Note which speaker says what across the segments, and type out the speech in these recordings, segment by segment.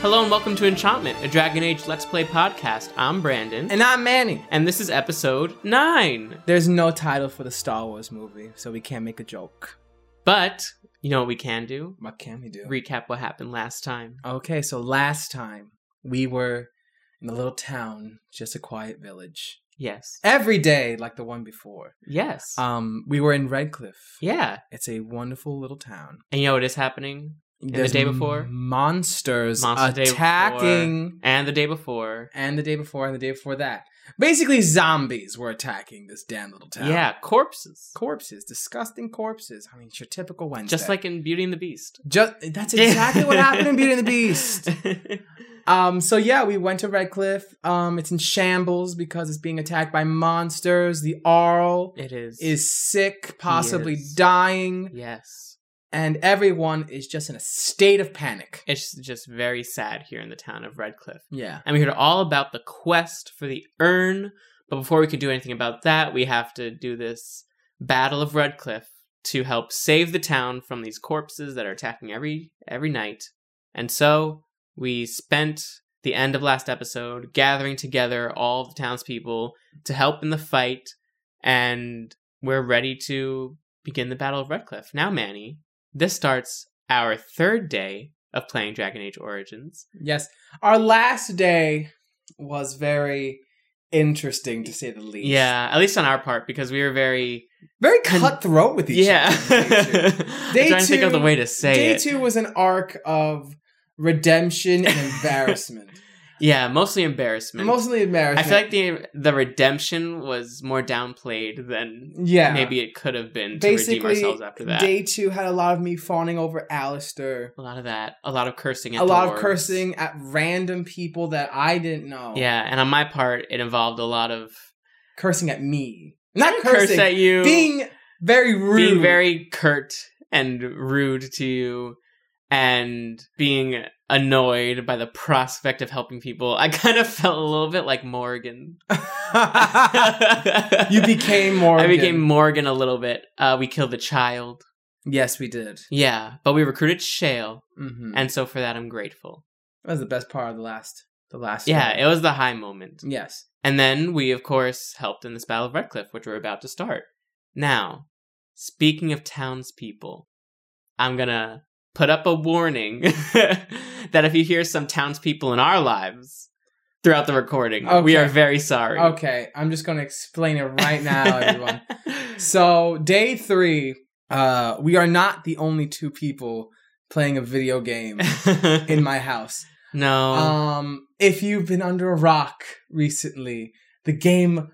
Speaker 1: Hello and welcome to Enchantment, a Dragon Age Let's Play podcast. I'm Brandon, and,
Speaker 2: And I'm Manny.
Speaker 1: this is episode 9.
Speaker 2: There's no title for the Star Wars movie, so we can't make a joke.
Speaker 1: But, you know what we can do?
Speaker 2: What can we do?
Speaker 1: Recap what happened last time.
Speaker 2: okay, so last time we were in a little town, just a quiet village.
Speaker 1: Yes.
Speaker 2: Every day, like the one before.
Speaker 1: Yes.
Speaker 2: Um, we were in Redcliffe.
Speaker 1: yeah.
Speaker 2: It's a wonderful little town.
Speaker 1: And you know what is happening? the day before?
Speaker 2: monsters
Speaker 1: Monster day
Speaker 2: attacking.
Speaker 1: And the day before.
Speaker 2: And the day before, and the day before that. Basically, zombies were attacking this damn little town.
Speaker 1: Yeah, corpses.
Speaker 2: Corpses, disgusting corpses. I mean, it's your typical Wednesday.
Speaker 1: Just like in Beauty and the Beast.
Speaker 2: Just that's exactly what happened in Beauty and the Beast. Um, so yeah, we went to Redcliffe. Um, it's in shambles because it's being attacked by monsters. The Arl
Speaker 1: it is.
Speaker 2: is sick, possibly
Speaker 1: is.
Speaker 2: dying,
Speaker 1: Yes.
Speaker 2: and everyone is just in a state of panic.
Speaker 1: It's just very sad here in the town of Redcliffe.
Speaker 2: Yeah.
Speaker 1: and we heard all about the quest for the urn. But before we could do anything about that, we have to do this battle of Redcliffe to help save the town from these corpses that are attacking every every night. And so we spent the end of last episode gathering together all of the townspeople to help in the fight, and we're ready to begin the battle of Redcliffe. Now, Manny, this starts our third day of playing Dragon Age Origins.
Speaker 2: Yes. Our last day was very interesting to say the least.
Speaker 1: Yeah, at least on our part because we were very
Speaker 2: Very
Speaker 1: Con-
Speaker 2: cutthroat with each
Speaker 1: yeah.
Speaker 2: other. Day
Speaker 1: I'm trying to think of
Speaker 2: two-
Speaker 1: the way to say
Speaker 2: Day
Speaker 1: it.
Speaker 2: two was an arc of redemption and embarrassment.
Speaker 1: Yeah, mostly embarrassment.
Speaker 2: Mostly
Speaker 1: I
Speaker 2: embarrassment.
Speaker 1: feel like the the redemption was more downplayed than
Speaker 2: yeah.
Speaker 1: maybe it could have been to redeem
Speaker 2: Basically,
Speaker 1: ourselves after that.
Speaker 2: Day two had a lot of me fawning over Alistair,
Speaker 1: a lot of that, a lot of cursing, at
Speaker 2: a
Speaker 1: the
Speaker 2: lot of
Speaker 1: lords.
Speaker 2: cursing at random people that I didn't know.
Speaker 1: Yeah, and on my part, it involved a lot of
Speaker 2: Cursing at me. Not
Speaker 1: curse
Speaker 2: cursing.
Speaker 1: at you,
Speaker 2: being very rude.
Speaker 1: being very curt and rude to you and being annoyed by the prospect of helping people i kind of felt a little bit like morgan
Speaker 2: you became more.
Speaker 1: i became morgan a little bit uh, we killed the child
Speaker 2: Yes, we did.
Speaker 1: yeah but we recruited shale
Speaker 2: Mm-hmm.
Speaker 1: and so for that i'm grateful
Speaker 2: that was the best part of the last. The last.
Speaker 1: yeah
Speaker 2: story.
Speaker 1: it was the high moment
Speaker 2: yes.
Speaker 1: And then we, of course, helped in this Battle of Redcliffe, which we're about to start. Now, speaking of townspeople, I'm gonna put up a warning that if you hear some townspeople in our lives throughout the recording, we
Speaker 2: Okay.
Speaker 1: are very sorry.
Speaker 2: Okay, I'm just gonna explain it right now, everyone. So day three, uh, we are not the only two people playing a video game in my house.
Speaker 1: no.
Speaker 2: Um, if you've been under a rock recently, the game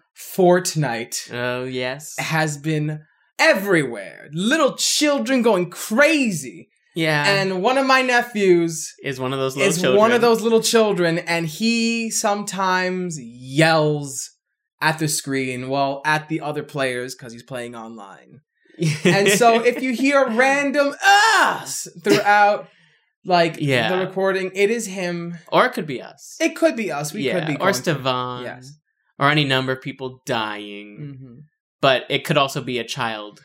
Speaker 2: Fortnite
Speaker 1: oh yes.
Speaker 2: has been everywhere. Little children going crazy,
Speaker 1: Yeah.
Speaker 2: and one of my nephews
Speaker 1: is one of those little
Speaker 2: is
Speaker 1: children.
Speaker 2: one of those little children, and he sometimes yells at the screen, well, at the other players because he's playing online. And so if you hear random ahs throughout like
Speaker 1: Yeah.
Speaker 2: the recording, it is him.
Speaker 1: or it could be us.
Speaker 2: It could be us. We could be
Speaker 1: or
Speaker 2: going
Speaker 1: Stevan.
Speaker 2: Yes.
Speaker 1: Or any number of people dying.
Speaker 2: Mhm.
Speaker 1: but it could also be a child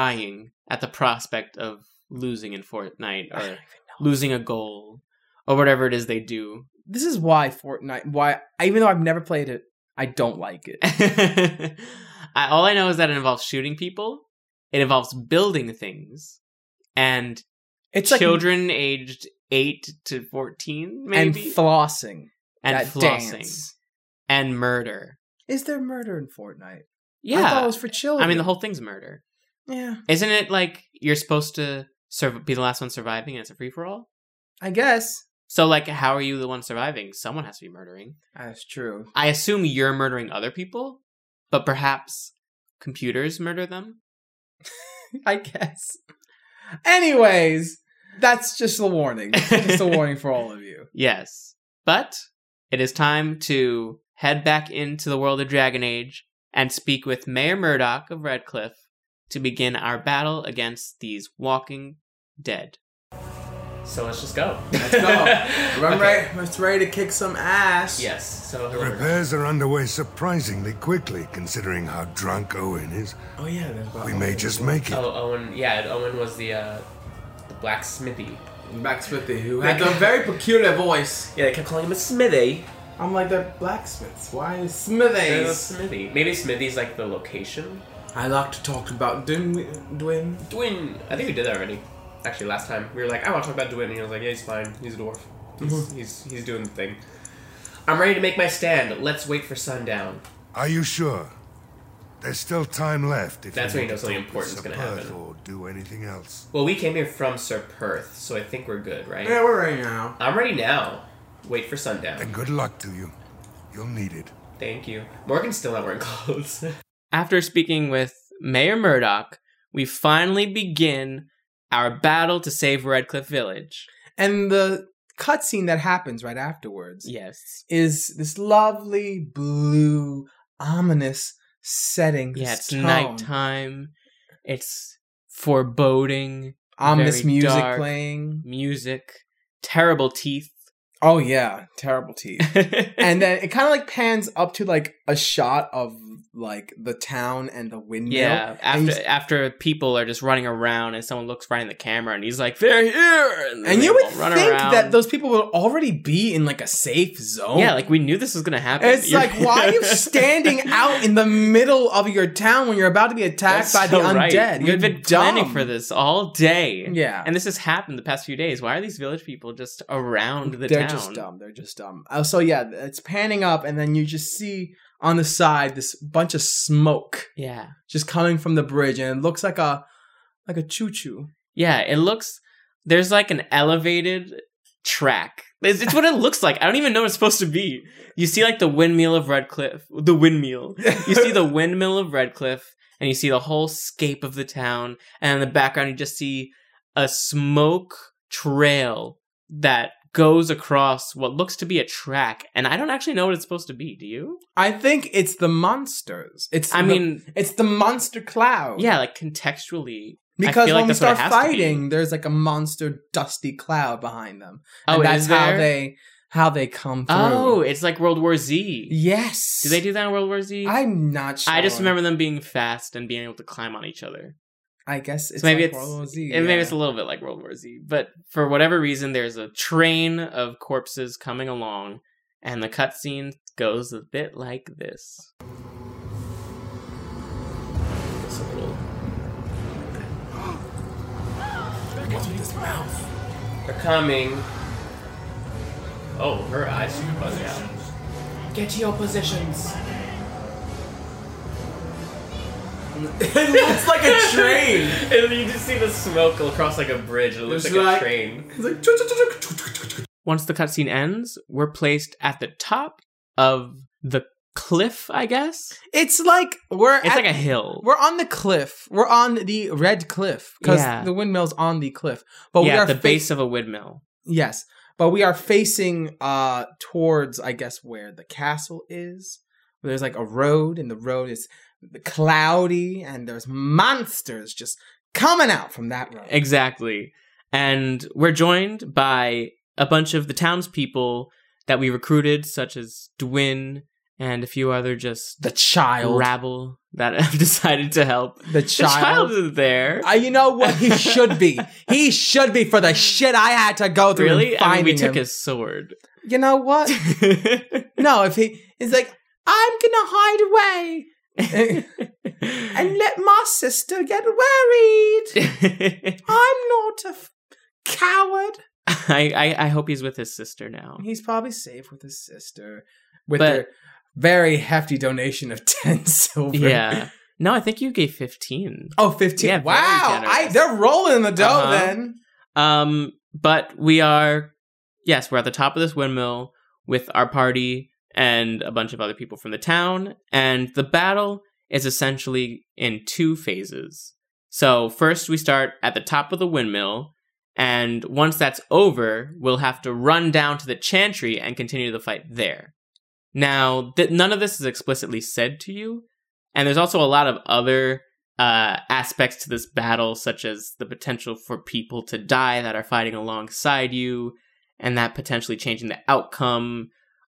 Speaker 1: dying at the prospect of losing in Fortnite
Speaker 2: I don't even
Speaker 1: or
Speaker 2: know.
Speaker 1: losing a goal or whatever it is they do.
Speaker 2: This is why Fortnite why even though I've never played it, I don't like it.
Speaker 1: I, all I know is that it involves shooting people, it involves building things, and
Speaker 2: It's like
Speaker 1: children aged 8 to 14,
Speaker 2: and
Speaker 1: maybe, and,
Speaker 2: flossing. that
Speaker 1: flossing,
Speaker 2: dance.
Speaker 1: and murder.
Speaker 2: Is there murder in Fortnite? I thought it
Speaker 1: Yeah.
Speaker 2: was for children.
Speaker 1: I mean, the whole thing's murder.
Speaker 2: Yeah.
Speaker 1: Isn't it like you're supposed to serve, be the last one surviving and it's a free for all?
Speaker 2: I guess.
Speaker 1: So, like, how are you the one surviving? Someone has to be murdering.
Speaker 2: That's true.
Speaker 1: I assume you're murdering other people, but perhaps computers murder them?
Speaker 2: I guess. Anyways, that's just a warning. just a warning for all of you.
Speaker 1: Yes. But it is time to head back into the world of Dragon Age and speak with Mayor Murdoch of Redcliffe to begin our battle against these walking dead. So let's just go.
Speaker 2: Let's go. I'm
Speaker 1: Okay.
Speaker 2: ready, I'm ready to kick some ass.
Speaker 1: Yes. So
Speaker 3: The repairs are underway surprisingly quickly, considering how drunk Owen is.
Speaker 2: Oh yeah, there's about
Speaker 3: We may just make it.
Speaker 1: Oh, Owen. Yeah, Owen was the uh, the blacksmithy
Speaker 2: Max Smithy, who had a very peculiar voice.
Speaker 4: Yeah, they kept calling him a Smithy.
Speaker 2: I'm like, they're blacksmiths. Why is
Speaker 4: They're a
Speaker 2: Smithies?
Speaker 4: Smithy. Maybe Smithy's like the location.
Speaker 2: I like to talk about Dwin. Dwin.
Speaker 4: Dwin. I think we did that already. Actually, last time we were like, I want to talk about Dwin, and he was like, Yeah, he's fine. He's a dwarf. He's he's, he's doing the thing. I'm ready to make my stand. Let's wait for sundown.
Speaker 3: Are you sure? There's still time left. If
Speaker 4: That's
Speaker 3: you
Speaker 4: when you
Speaker 3: need
Speaker 4: know
Speaker 3: to
Speaker 4: something
Speaker 3: talk with
Speaker 4: important's
Speaker 3: Sir
Speaker 4: gonna happen.
Speaker 3: Perth Or do anything else.
Speaker 4: Well, we came here from Sir Perth, so I think we're good, right?
Speaker 2: Yeah, we're ready now.
Speaker 4: I'm ready now. Wait for sundown.
Speaker 3: And good luck to you. You'll need it.
Speaker 4: Thank you. Morgan's still not wearing clothes.
Speaker 1: After speaking with Mayor Murdoch, we finally begin our battle to save Redcliffe Village.
Speaker 2: And the cutscene that happens right afterwards
Speaker 1: Yes.
Speaker 2: is this lovely blue, ominous setting.
Speaker 1: Yeah,
Speaker 2: this
Speaker 1: it's
Speaker 2: tone.
Speaker 1: nighttime. It's foreboding
Speaker 2: Ominous
Speaker 1: very
Speaker 2: music
Speaker 1: dark.
Speaker 2: playing.
Speaker 1: music, terrible teeth.
Speaker 2: Oh yeah, terrible teeth.
Speaker 1: and
Speaker 2: and then it kind of like pans up to like a shot of like the town and the windmill.
Speaker 1: yeah,
Speaker 2: and,
Speaker 1: after
Speaker 2: you-
Speaker 1: after people are just running around and someone looks right in the camera and he's like, "They're here!" then
Speaker 2: and
Speaker 1: they
Speaker 2: you would
Speaker 1: all run
Speaker 2: think
Speaker 1: around.
Speaker 2: that those people would already be in like a safe zone.
Speaker 1: yeah, like we knew this was gonna happen.
Speaker 2: it's
Speaker 1: You're-
Speaker 2: like why are you standing out in the middle of your town when you're about to be attacked
Speaker 1: That's
Speaker 2: by
Speaker 1: so
Speaker 2: the
Speaker 1: right.
Speaker 2: undead?
Speaker 1: We've
Speaker 2: You're
Speaker 1: been
Speaker 2: dumb.
Speaker 1: planning for this all day.
Speaker 2: Yeah.
Speaker 1: and this has happened the past few days. Why are these village people just around the
Speaker 2: They're
Speaker 1: town?
Speaker 2: just dumb. They're just dumb. Uh, so yeah, it's panning up, and then you just see on the side this bunch of smoke
Speaker 1: Yeah,
Speaker 2: just coming from the bridge, and it looks like a like a choo choo.
Speaker 1: yeah. It looks there's like an elevated track. It's, it's what it looks like. I don't even know what it's supposed to be. You see like the windmill of Redcliffe, the windmill. You see the windmill of Redcliffe, and you see the whole scape of the town, and in the background you just see a smoke trail that goes across what looks to be a track. And I don't actually know what it's supposed to be. Do you?
Speaker 2: I think it's the monsters. It's
Speaker 1: I
Speaker 2: the-
Speaker 1: mean,
Speaker 2: it's the monster cloud.
Speaker 1: yeah, like contextually.
Speaker 2: because
Speaker 1: feel
Speaker 2: when
Speaker 1: like
Speaker 2: we
Speaker 1: that's what it
Speaker 2: start
Speaker 1: has to be.
Speaker 2: fighting, there's like a monster dusty cloud behind them.
Speaker 1: Oh,
Speaker 2: And that's
Speaker 1: is
Speaker 2: how
Speaker 1: there?
Speaker 2: they how they come through.
Speaker 1: Oh, it's like World War Z.
Speaker 2: yes.
Speaker 1: Do they do that in World War Z?
Speaker 2: I'm not sure.
Speaker 1: I just remember them being fast and being able to climb on each other.
Speaker 2: I guess it's
Speaker 1: maybe
Speaker 2: like
Speaker 1: it's-
Speaker 2: World War Z,
Speaker 1: And maybe
Speaker 2: yeah.
Speaker 1: it's a little bit like World War Z, but for whatever reason, there's a train of corpses coming along, and the cutscene goes a bit like this.
Speaker 4: It's a little-
Speaker 3: What's with this mouth?
Speaker 4: They're coming. Oh, her eyes are buzzing out. Get to your positions.
Speaker 2: it looks like a train.
Speaker 4: and then you just see the smoke across like a bridge. And it looks
Speaker 2: It's
Speaker 4: like,
Speaker 2: like-
Speaker 4: a train.
Speaker 2: It's like choo, choo, choo, choo, choo, choo, choo.
Speaker 1: Once the cutscene ends, we're placed at the top of the cliff, I guess.
Speaker 2: It's like we're
Speaker 1: It's
Speaker 2: at-
Speaker 1: like a hill.
Speaker 2: we're on the cliff. We're on the red cliff because
Speaker 1: Yeah.
Speaker 2: the windmill's on the cliff. But we
Speaker 1: yeah,
Speaker 2: are
Speaker 1: at the
Speaker 2: fa-
Speaker 1: base of a windmill.
Speaker 2: Yes, but we are facing uh towards I guess where the castle is. There's like a road, and the road is cloudy, and there's monsters just coming out from that road.
Speaker 1: Exactly. And we're joined by a bunch of the townspeople that we recruited, such as Dwin and a few other just
Speaker 2: the child,
Speaker 1: rabble that have decided to help.
Speaker 2: the
Speaker 1: The child
Speaker 2: child.
Speaker 1: is there.
Speaker 2: Uh, you know what? He should be. He should be for the shit I had to go through.
Speaker 1: really?
Speaker 2: in
Speaker 1: I mean, we
Speaker 2: finding
Speaker 1: took
Speaker 2: him.
Speaker 1: his sword.
Speaker 2: You know what? No, if he is like, I'm gonna hide away and let my sister get worried. I'm not a f- coward.
Speaker 1: I, I I hope he's with his sister now.
Speaker 2: He's probably safe with his sister with
Speaker 1: But-
Speaker 2: their very hefty donation of 10 silver.
Speaker 1: Yeah. No, I think you gave fifteen.
Speaker 2: Oh, 15.
Speaker 1: Yeah, very
Speaker 2: wow. I,
Speaker 1: generous.
Speaker 2: they're rolling in the dough
Speaker 1: Uh-huh.
Speaker 2: then.
Speaker 1: Um, but we are, yes, we're at the top of this windmill with our party and a bunch of other people from the town, and the battle is essentially in two phases. So first, we start at the top of the windmill, and once that's over, we'll have to run down to the chantry and continue the fight there. Now, th- none of this is explicitly said to you, and there's also a lot of other uh, aspects to this battle, such as the potential for people to die that are fighting alongside you, and that potentially changing the outcome.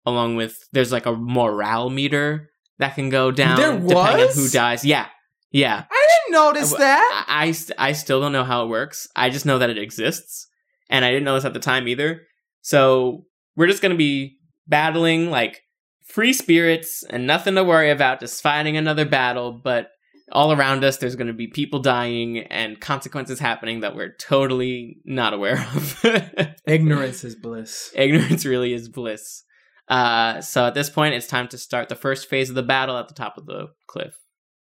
Speaker 1: Along with there's like a morale meter that can go down
Speaker 2: There
Speaker 1: depending on
Speaker 2: was?
Speaker 1: who dies. Yeah, yeah.
Speaker 2: I didn't notice
Speaker 1: I-
Speaker 2: that.
Speaker 1: I, I st- I still don't know how it works. I just know that it exists, and I didn't know this at the time either. So we're just gonna be battling like free spirits and nothing to worry about, just fighting another battle. But all around us, there's gonna be people dying and consequences happening that we're totally not aware of.
Speaker 2: Ignorance is bliss.
Speaker 1: Ignorance really is bliss. Uh, so at this point, it's time to start the first phase of the battle at the top of the cliff.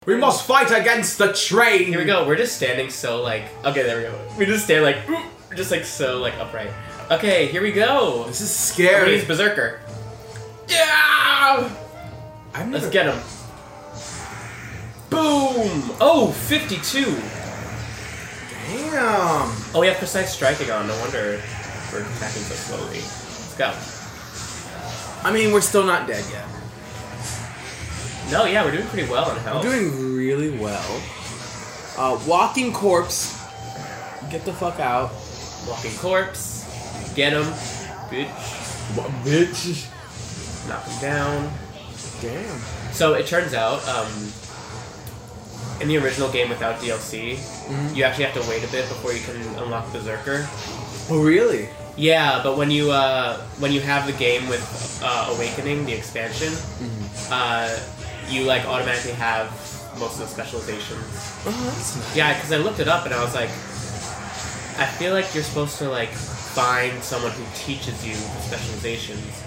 Speaker 2: We must fight against the train.
Speaker 4: Here we go. We're just standing so like. Okay, there we go. We just stand like, oop, just like so like upright. Okay, here we go.
Speaker 2: This is
Speaker 4: He's
Speaker 2: scary.
Speaker 4: berserker. Yeah.
Speaker 2: I've never-
Speaker 4: Let's get him. Boom! Oh, 52.
Speaker 2: Damn.
Speaker 4: Oh, we have precise striking on. No wonder we're attacking so slowly. Let's go.
Speaker 2: I mean, we're still not dead yet.
Speaker 4: No, yeah, we're doing pretty well on health.
Speaker 2: We're doing really well. Uh, walking corpse. Get the fuck out.
Speaker 4: Walking corpse. Get him. Bitch.
Speaker 2: bitch.
Speaker 4: Knock him down.
Speaker 2: Damn.
Speaker 4: So it turns out, um, in the original game without DLC, you actually have to wait a bit before you can unlock Berserker.
Speaker 2: Oh, really?
Speaker 4: Yeah, but when you uh, when you have the game with uh, Awakening, the expansion, uh, you like automatically have most of the specializations.
Speaker 2: Oh, that's nice.
Speaker 4: Yeah, because I looked it up and I was like, I feel like you're supposed to like find someone who teaches you the specializations,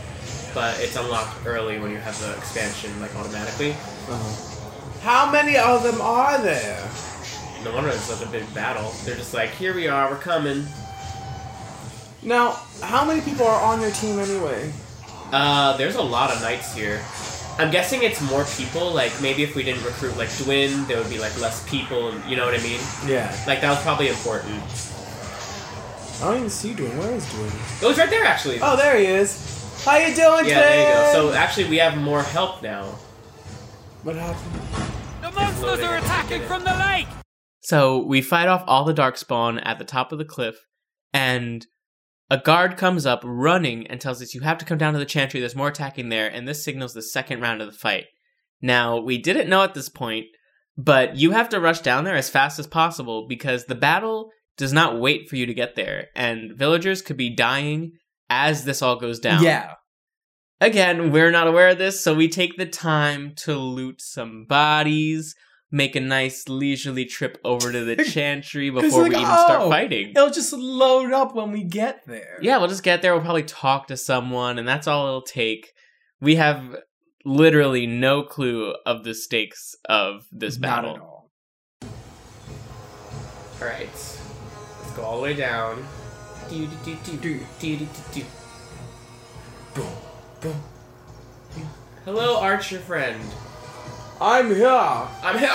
Speaker 4: but it's unlocked early when you have the expansion like automatically.
Speaker 2: How many of them are there?
Speaker 4: No wonder it's such a big battle. They're just like, here we are, we're coming.
Speaker 2: Now, how many people are on your team anyway?
Speaker 4: Uh, there's a lot of knights here. I'm guessing it's more people. Like maybe if we didn't recruit like Dwin, there would be like less people. and- You know what I mean?
Speaker 2: Yeah.
Speaker 4: Like that was probably important.
Speaker 2: I don't even see Dwayne. Where is Dwayne?
Speaker 4: It was right there actually.
Speaker 2: Oh, there he is. How you doing,
Speaker 4: yeah, there you
Speaker 2: Dwayne?
Speaker 4: go. So actually, we have more help now.
Speaker 2: What happened?
Speaker 5: The monsters
Speaker 4: loading.
Speaker 5: are attacking from the lake!
Speaker 1: So we fight off all the darkspawn at the top of the cliff, and a guard comes up running and tells us you have to come down to the chantry. There's more attacking there, and this signals the second round of the fight. Now we didn't know at this point, but you have to rush down there as fast as possible because the battle does not wait for you to get there, and villagers could be dying as this all goes down.
Speaker 2: Yeah.
Speaker 1: Again, we're not aware of this, so we take the time to loot some bodies, make a nice leisurely trip over to the chantry before
Speaker 2: like,
Speaker 1: we even start
Speaker 2: "Oh,
Speaker 1: fighting.
Speaker 2: It'll just load up when we get there.
Speaker 1: Yeah, we'll just get there. We'll probably talk to someone, and that's all it'll take. We have literally no clue of the stakes of this
Speaker 2: Not
Speaker 1: battle.
Speaker 2: at all.
Speaker 4: All right, let's go all the way down. Hello, archer friend.
Speaker 2: I'm here,
Speaker 4: I'm here.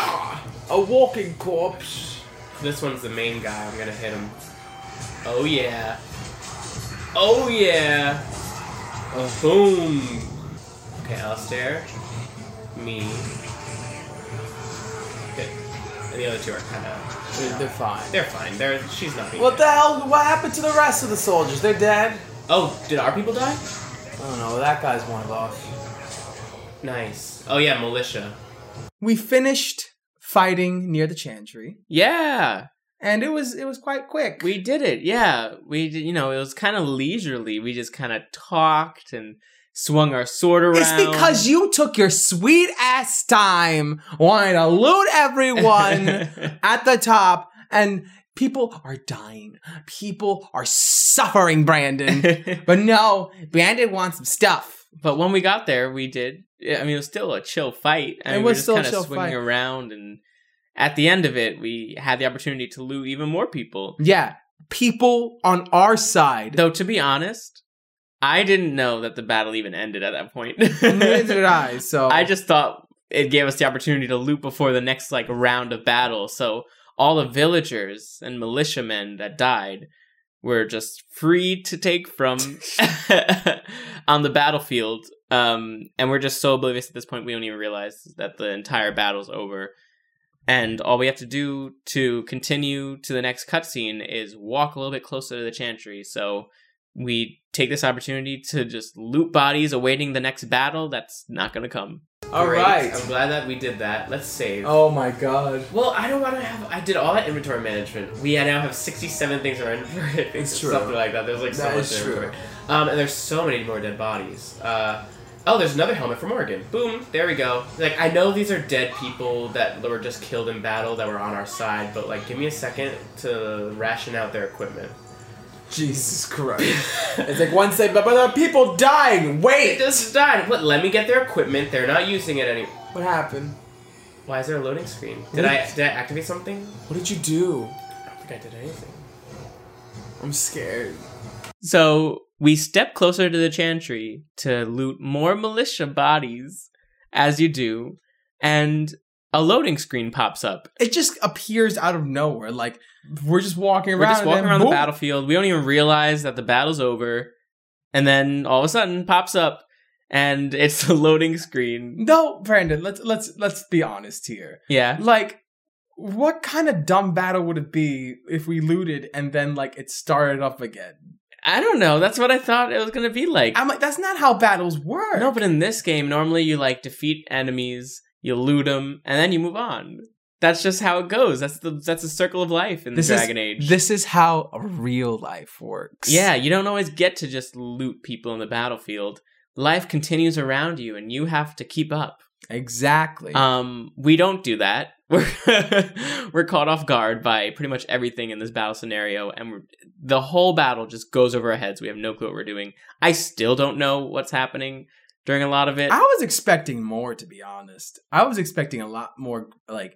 Speaker 2: a walking corpse.
Speaker 4: This one's the main guy. I'm gonna hit him. Oh yeah. Oh yeah. Boom. Okay, Alistair. Me. Good. And the other two are kind of.
Speaker 2: They're fine.
Speaker 4: They're fine. They're. She's not being.
Speaker 2: What
Speaker 4: hit.
Speaker 2: the hell? What happened to the rest of the soldiers? They're dead?
Speaker 4: Oh, did our people die?
Speaker 2: I don't know. That guy's one of us.
Speaker 4: Nice. Oh yeah, militia.
Speaker 2: We finished fighting near the Chantry,
Speaker 1: Yeah,
Speaker 2: and it was it was quite quick.
Speaker 1: we did it. Yeah, we did, you know it was kind of leisurely. We just kind of talked and swung our sword around.
Speaker 2: It's because you took your sweet ass time wanting to loot everyone at the top, and people are dying. People are suffering, Brandon. but no, Brandon wants some stuff.
Speaker 1: but when we got there, we did. I mean, it was still a chill fight. I
Speaker 2: It
Speaker 1: mean,
Speaker 2: was
Speaker 1: we were
Speaker 2: still a
Speaker 1: just kind
Speaker 2: chill
Speaker 1: of swinging
Speaker 2: fight.
Speaker 1: around, and at the end of it, we had the opportunity to loot even more people.
Speaker 2: Yeah, people on our side.
Speaker 1: Though, to be honest, I didn't know that the battle even ended at that point.
Speaker 2: Neither did I. So
Speaker 1: I just thought it gave us the opportunity to loot before the next like round of battle. So all the villagers and militiamen that died were just free to take from on the battlefield. Um, and we're just so oblivious at this point we don't even realize that the entire battle's over. And all we have to do to continue to the next cutscene is walk a little bit closer to the chantry. So we take this opportunity to just loot bodies awaiting the next battle that's not going to come.
Speaker 2: All
Speaker 4: Great.
Speaker 2: right.
Speaker 4: I'm glad that we did that. Let's save.
Speaker 2: Oh my god.
Speaker 4: Well, I don't want to have. I did all that inventory management. We now have 67 things in our inventory. I think,
Speaker 2: It's true.
Speaker 4: Something like that. There's like so
Speaker 2: That
Speaker 4: much
Speaker 2: is
Speaker 4: in
Speaker 2: true.
Speaker 4: inventory. Um, and there's so many more dead bodies. Uh, oh, there's another helmet for Morgan. Boom. There we go. Like, I know these are dead people that were just killed in battle that were on our side, but like, give me a second to ration out their equipment.
Speaker 2: Jesus Christ. it's like one second, but, but there are people dying.
Speaker 4: It
Speaker 2: Wait.
Speaker 4: just died. What? Let me get their equipment. They're not using it any.
Speaker 2: What happened?
Speaker 4: Why is there a loading screen? Did I did I activate something?
Speaker 2: What did you do?
Speaker 4: I don't think I did anything.
Speaker 2: I'm scared.
Speaker 1: So we step closer to the chantry to loot more militia bodies, as you do, and a loading screen pops up.
Speaker 2: It just appears out of nowhere. Like we're just walking around.
Speaker 1: We're just
Speaker 2: and
Speaker 1: walking
Speaker 2: then
Speaker 1: around the
Speaker 2: boom.
Speaker 1: battlefield. We don't even realize that the battle's over, and then all of a sudden pops up, and it's the loading screen.
Speaker 2: No, Brandon. Let's let's let's be honest here.
Speaker 1: Yeah,
Speaker 2: Like, what kind of dumb battle would it be if we looted and then like it started up again?
Speaker 1: I don't know. That's what I thought it was gonna be like.
Speaker 2: I'm like, that's not how battles work.
Speaker 1: No, but in this game, normally you like defeat enemies, you loot them, um, and then you move on. That's just how it goes. That's the that's the circle of life in
Speaker 2: this
Speaker 1: the Dragon
Speaker 2: is,
Speaker 1: Age.
Speaker 2: This is how real life works.
Speaker 1: yeah, you don't always get to just loot people in the battlefield. Life continues around you, and you have to keep up.
Speaker 2: exactly.
Speaker 1: Um, we don't do that. We're we're caught off guard by pretty much everything in this battle scenario, and we're, the whole battle just goes over our heads. We have no clue what we're doing. I still don't know what's happening during a lot of it.
Speaker 2: I was expecting more, to be honest. I was expecting a lot more like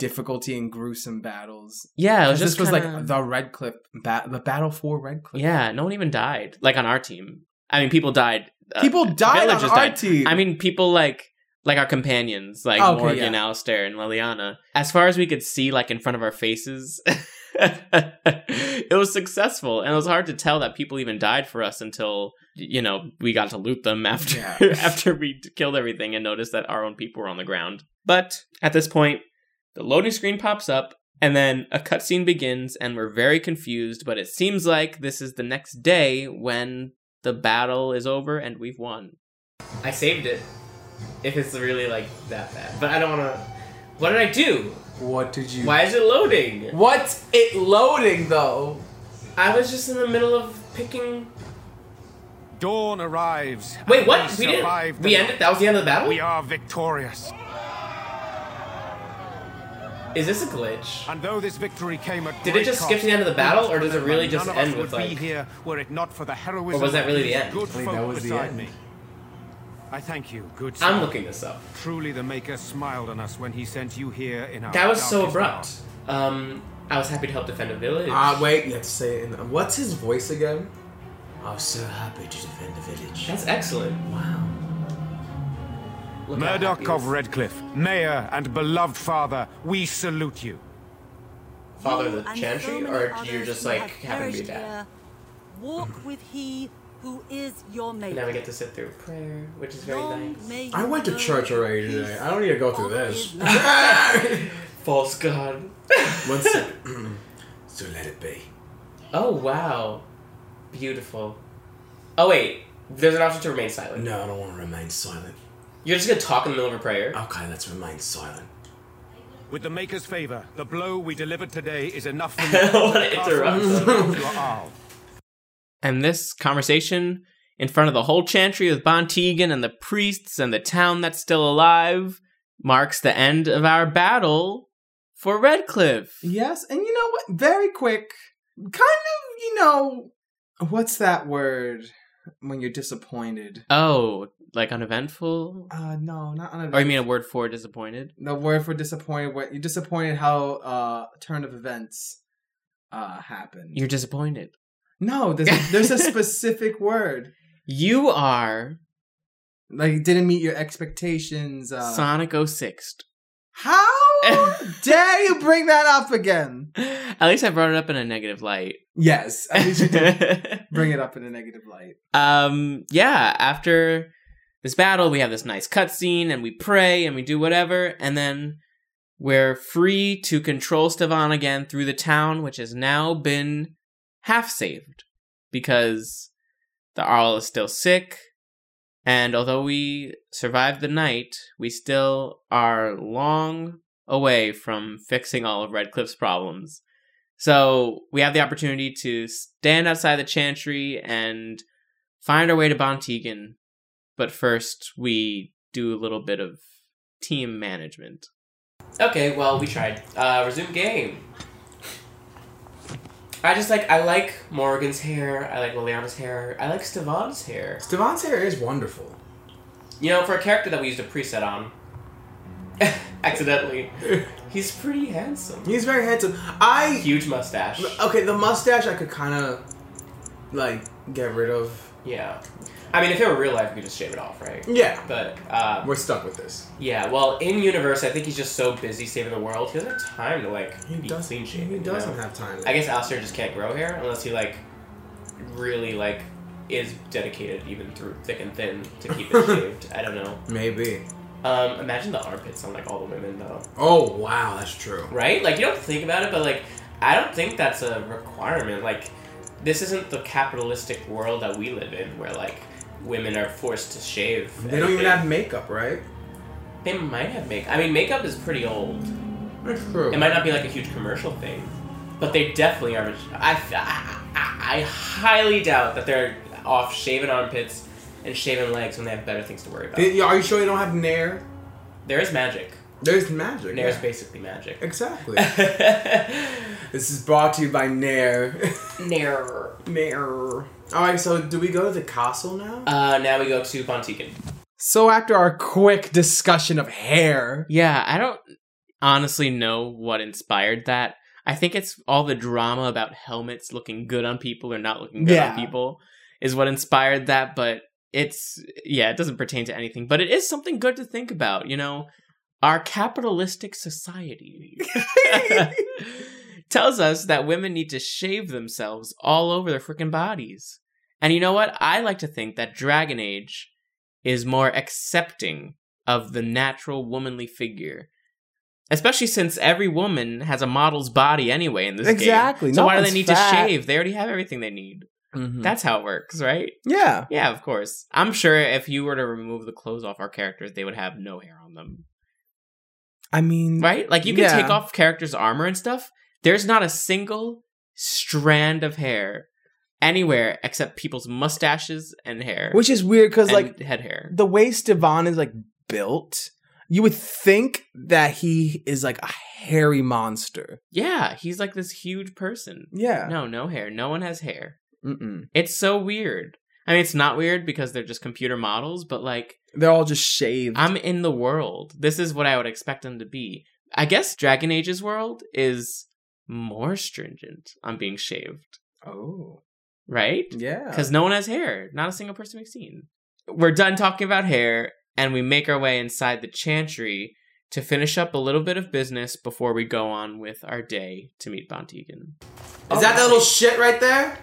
Speaker 2: difficulty and gruesome battles.
Speaker 1: yeah, it was
Speaker 2: 'Cause
Speaker 1: just
Speaker 2: this was
Speaker 1: kinda-
Speaker 2: like the Red Cliff, ba- the battle for Red Cliff.
Speaker 1: Yeah, no one even died. Like on our team. I mean, people died. Uh,
Speaker 2: people died on
Speaker 1: villagers
Speaker 2: our
Speaker 1: died.
Speaker 2: team.
Speaker 1: I mean, people like like our companions, like
Speaker 2: Okay,
Speaker 1: Morgan,
Speaker 2: yeah.
Speaker 1: Alistair, and Liliana. As far as we could see, like in front of our faces, it was successful, and it was hard to tell that people even died for us until y- you know we got to loot them after
Speaker 2: Yeah.
Speaker 1: after we d- killed everything and noticed that our own people were on the ground. But at this point, the loading screen pops up. And then a cutscene begins, and we're very confused. But it seems like this is the next day when the battle is over and we've won.
Speaker 4: I saved it. If it's really like that bad, but I don't want to. What did I do?
Speaker 2: what did you?
Speaker 4: Why is it loading?
Speaker 2: What's it loading though?
Speaker 4: I was just in the middle of picking.
Speaker 6: Dawn arrives.
Speaker 4: Wait,
Speaker 6: and
Speaker 4: what? We
Speaker 6: survive
Speaker 4: didn't.
Speaker 6: the
Speaker 4: We
Speaker 6: night.
Speaker 4: ended. That was the end of the battle.
Speaker 6: We are victorious.
Speaker 4: Is this a glitch?
Speaker 6: And though this victory came at
Speaker 4: Did it
Speaker 6: great
Speaker 4: just skip
Speaker 6: cost,
Speaker 4: to the end of the
Speaker 6: we
Speaker 4: battle,
Speaker 6: must
Speaker 4: or does it
Speaker 6: remember
Speaker 4: really
Speaker 6: none
Speaker 4: just
Speaker 6: of us
Speaker 4: end
Speaker 6: would
Speaker 4: with,
Speaker 6: be
Speaker 4: like-
Speaker 6: here were it not for the heroism
Speaker 4: was that really
Speaker 6: of
Speaker 4: the
Speaker 6: these
Speaker 4: end?
Speaker 6: Good
Speaker 2: I think
Speaker 6: folk
Speaker 2: that was the
Speaker 6: beside
Speaker 2: end.
Speaker 6: me. I thank you, good sir.
Speaker 4: I'm looking this up.
Speaker 6: Truly, the Maker smiled on us when he sent you here in our.
Speaker 4: That was so
Speaker 6: darkest
Speaker 4: abrupt. Um, I was happy to help defend a village.
Speaker 7: Ah, wait, you have to say it in. What's his voice again? I was so happy to defend the village.
Speaker 4: That's excellent.
Speaker 7: Wow.
Speaker 6: hour.
Speaker 4: Look how happy
Speaker 6: Murdoch
Speaker 4: he
Speaker 6: of
Speaker 4: is.
Speaker 6: Redcliffe, Mayor and beloved father, we salute you.
Speaker 4: Father of
Speaker 8: You
Speaker 4: the
Speaker 8: and
Speaker 4: Chantry,
Speaker 8: so many
Speaker 4: or
Speaker 8: others
Speaker 4: you're just
Speaker 8: who
Speaker 4: like
Speaker 8: have
Speaker 4: happy to
Speaker 8: perished
Speaker 4: be that?
Speaker 8: here, Walk with he who is your
Speaker 4: And
Speaker 8: maker.
Speaker 4: now we get to sit through prayer, which is very
Speaker 8: Long
Speaker 4: nice.
Speaker 8: may you
Speaker 7: I went to
Speaker 8: know
Speaker 7: church already
Speaker 8: peace
Speaker 7: today. I don't need to go through
Speaker 8: on
Speaker 7: this.
Speaker 8: his life.
Speaker 4: False god.
Speaker 7: One second. so let it be.
Speaker 4: Oh wow, beautiful. Oh wait, there's an option to remain silent.
Speaker 7: No, I don't want to remain silent.
Speaker 4: You're just gonna talk in the middle of a prayer.
Speaker 7: Okay, let's remain silent.
Speaker 6: With the Maker's favor, the blow we delivered today is enough for
Speaker 4: What
Speaker 6: you.
Speaker 4: an interruption.
Speaker 6: You are all.
Speaker 1: And this conversation in front of the whole chantry with Bontegan and the priests and the town that's still alive marks the end of our battle for Redcliffe.
Speaker 2: Yes, and you know what? Very quick, kind of. You know, what's that word when you're disappointed?
Speaker 1: Oh, like uneventful?
Speaker 2: Uh, no, not on a.
Speaker 1: Or you mean a word for disappointed?
Speaker 2: the word for disappointed what you're disappointed how uh turn of events uh happened
Speaker 1: You're disappointed.
Speaker 2: no there's, there's a specific word
Speaker 1: You are
Speaker 2: like it didn't meet your expectations uh
Speaker 1: Sonic 06.
Speaker 2: how dare you bring that up again
Speaker 1: At least I brought it up in a negative light.
Speaker 2: yes at least you did bring it up in a negative light
Speaker 1: um yeah after this battle we have this nice cutscene and we pray and we do whatever and then we're free to control Stevan again through the town which has now been half saved because the Arl is still sick And although we survived the night, we still are long away from fixing all of Redcliffe's problems. So we have the opportunity to stand outside the chantry and find our way to Bontegan. But first, we do a little bit of team management.
Speaker 4: Okay, well, we tried. Uh, resume game. I just like I like Morgan's hair. I like Liliana's hair. I like Stevan's hair.
Speaker 7: Stevan's hair is wonderful.
Speaker 4: You know, for a character that we used a preset on, accidentally, he's pretty handsome.
Speaker 7: He's very handsome. I
Speaker 4: Huge mustache.
Speaker 7: okay, the mustache I could kind of like get rid of.
Speaker 4: Yeah. I mean, if it were real life, we could just shave it off, right?
Speaker 7: Yeah,
Speaker 4: But uh,
Speaker 7: we're stuck with this.
Speaker 4: yeah, well, in universe, I think he's just so busy saving the world, he doesn't have time to like
Speaker 7: He
Speaker 4: be
Speaker 7: doesn't.
Speaker 4: clean shaven.
Speaker 7: He
Speaker 4: you
Speaker 7: doesn't
Speaker 4: know?
Speaker 7: have time.
Speaker 4: I guess Alistair just can't grow hair unless he like really like is dedicated even through thick and thin to keep it shaved. I don't know.
Speaker 7: Maybe.
Speaker 4: Um, imagine the armpits on like all the women though,
Speaker 7: Oh wow, that's true.
Speaker 4: right? Like you don't think about it, but like I don't think that's a requirement. Like this isn't the capitalistic world that we live in where like women are forced to shave.
Speaker 7: They don't even
Speaker 4: anything.
Speaker 7: have makeup, right?
Speaker 4: They might have makeup. I mean, makeup is pretty old.
Speaker 7: That's true.
Speaker 4: It might not be like a huge commercial thing, but they definitely are. I, I, I highly doubt that they're off shaven armpits and shaven legs when they have better things to worry about.
Speaker 7: Are you sure you don't have Nair?
Speaker 4: There is magic.
Speaker 7: There's magic.
Speaker 4: Nair's
Speaker 7: yeah.
Speaker 4: basically magic.
Speaker 7: Exactly. this is brought to you by Nair.
Speaker 4: Nair.
Speaker 7: Nair. All right, so do we go to the castle now?
Speaker 4: Uh, now we go to Bontegan.
Speaker 2: So after our quick discussion of hair,
Speaker 1: Yeah, I don't honestly know what inspired that. I think it's all the drama about helmets looking good on people or not looking good
Speaker 2: Yeah.
Speaker 1: on people is what inspired that, but it's yeah, it doesn't pertain to anything, but it is something good to think about, you know. Our capitalistic society tells us that women need to shave themselves all over their freaking bodies. And you know what? I like to think that Dragon Age is more accepting of the natural womanly figure. Especially since every woman has a model's body anyway in this
Speaker 2: Exactly.
Speaker 1: game. So
Speaker 2: No
Speaker 1: why do they
Speaker 2: one's
Speaker 1: need
Speaker 2: fat.
Speaker 1: to shave? They already have everything they need.
Speaker 2: Hmm.
Speaker 1: That's how it works, right?
Speaker 2: yeah,
Speaker 1: Yeah, of course. I'm sure if you were to remove the clothes off our characters, they would have no hair on them.
Speaker 2: I mean,
Speaker 1: Right? Like you can
Speaker 2: Yeah.
Speaker 1: take off characters' armor and stuff. There's not a single strand of hair anywhere except people's mustaches and hair.
Speaker 2: which is weird because
Speaker 1: and
Speaker 2: like
Speaker 1: head hair.
Speaker 2: the way Stevan is like built, you would think that he is like a hairy monster.
Speaker 1: Yeah, he's like this huge person.
Speaker 2: Yeah.
Speaker 1: No, no hair. No one has hair.
Speaker 2: Mm-mm.
Speaker 1: It's so weird. I mean, it's not weird because they're just computer models, but like
Speaker 2: They're all just shaved.
Speaker 1: I'm in the world. This is what I would expect them to be. I guess Dragon Age's world is more stringent on being shaved,
Speaker 2: oh.
Speaker 1: right?
Speaker 2: Yeah.
Speaker 1: Because no one has hair. Not a single person we've seen. We're done talking about hair, and we make our way inside the chantry to finish up a little bit of business before we go on with our day to meet Bontegan.
Speaker 7: Is that that little shit right there?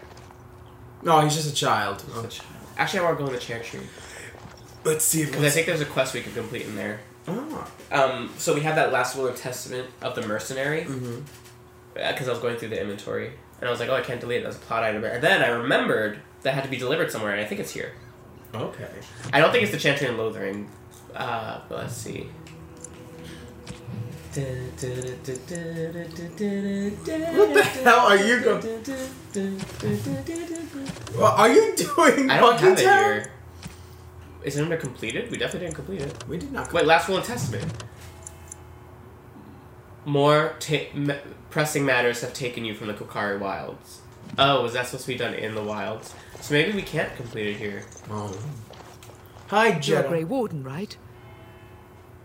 Speaker 7: No, he's just a child. Oh.
Speaker 4: Actually, I want to go in the chantry
Speaker 7: Let's see.
Speaker 4: because I think there's a quest we can complete in there.
Speaker 7: Oh.
Speaker 4: Um, so we have that last will and testament of the mercenary. Because I was going through the inventory and I was like, oh, I can't delete it. That's a plot item. And then I remembered that had to be delivered somewhere, and I think it's here.
Speaker 7: Okay.
Speaker 4: I don't think it's the Chantry and Loathering. Uh, but let's see.
Speaker 7: What the hell are you going? What are you doing?
Speaker 4: I don't
Speaker 7: monkey
Speaker 4: have it
Speaker 7: town?
Speaker 4: here. Is it under completed? We definitely didn't complete it.
Speaker 7: We did not.
Speaker 4: Wait, last will and testament. More ta- m- pressing matters have taken you from the Kokari wilds. Oh, was that supposed to be done in the wilds? So maybe we can't complete it here.
Speaker 7: Oh. Hi,
Speaker 9: You're a
Speaker 7: Jedi.
Speaker 9: Grey Warden, right?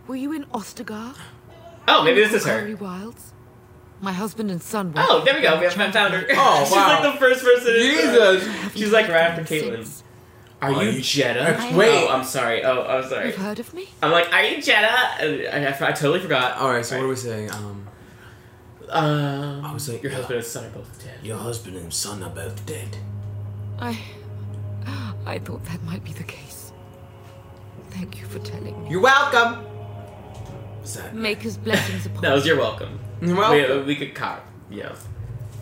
Speaker 9: Were you in Ostagar?
Speaker 4: Oh, maybe this is her.
Speaker 9: Prairie Wilds? My husband and son were.
Speaker 4: Oh, there we go. We have found her.
Speaker 7: Oh,
Speaker 4: She's
Speaker 7: wow.
Speaker 4: like the first person. in-
Speaker 7: Jesus.
Speaker 4: She's like right after
Speaker 9: Since.
Speaker 4: Caitlyn. Oh, Are you Jetta?
Speaker 7: Wait.
Speaker 4: Oh, I'm sorry. Oh, I'm sorry.
Speaker 9: You've heard of me?
Speaker 4: I'm like, are you Jetta? And I, I, I totally forgot.
Speaker 7: All right. So what are we saying? Um,
Speaker 4: Um,
Speaker 7: I was like, uh,
Speaker 4: your husband and son are both dead.
Speaker 7: Your husband and son are both dead.
Speaker 9: I. I thought that might be the case. Thank you for telling me.
Speaker 7: You're welcome. What's that?
Speaker 9: Mm. Maker's blessings upon
Speaker 4: That was your welcome.
Speaker 7: You're welcome.
Speaker 4: We, we could cop. Yeah.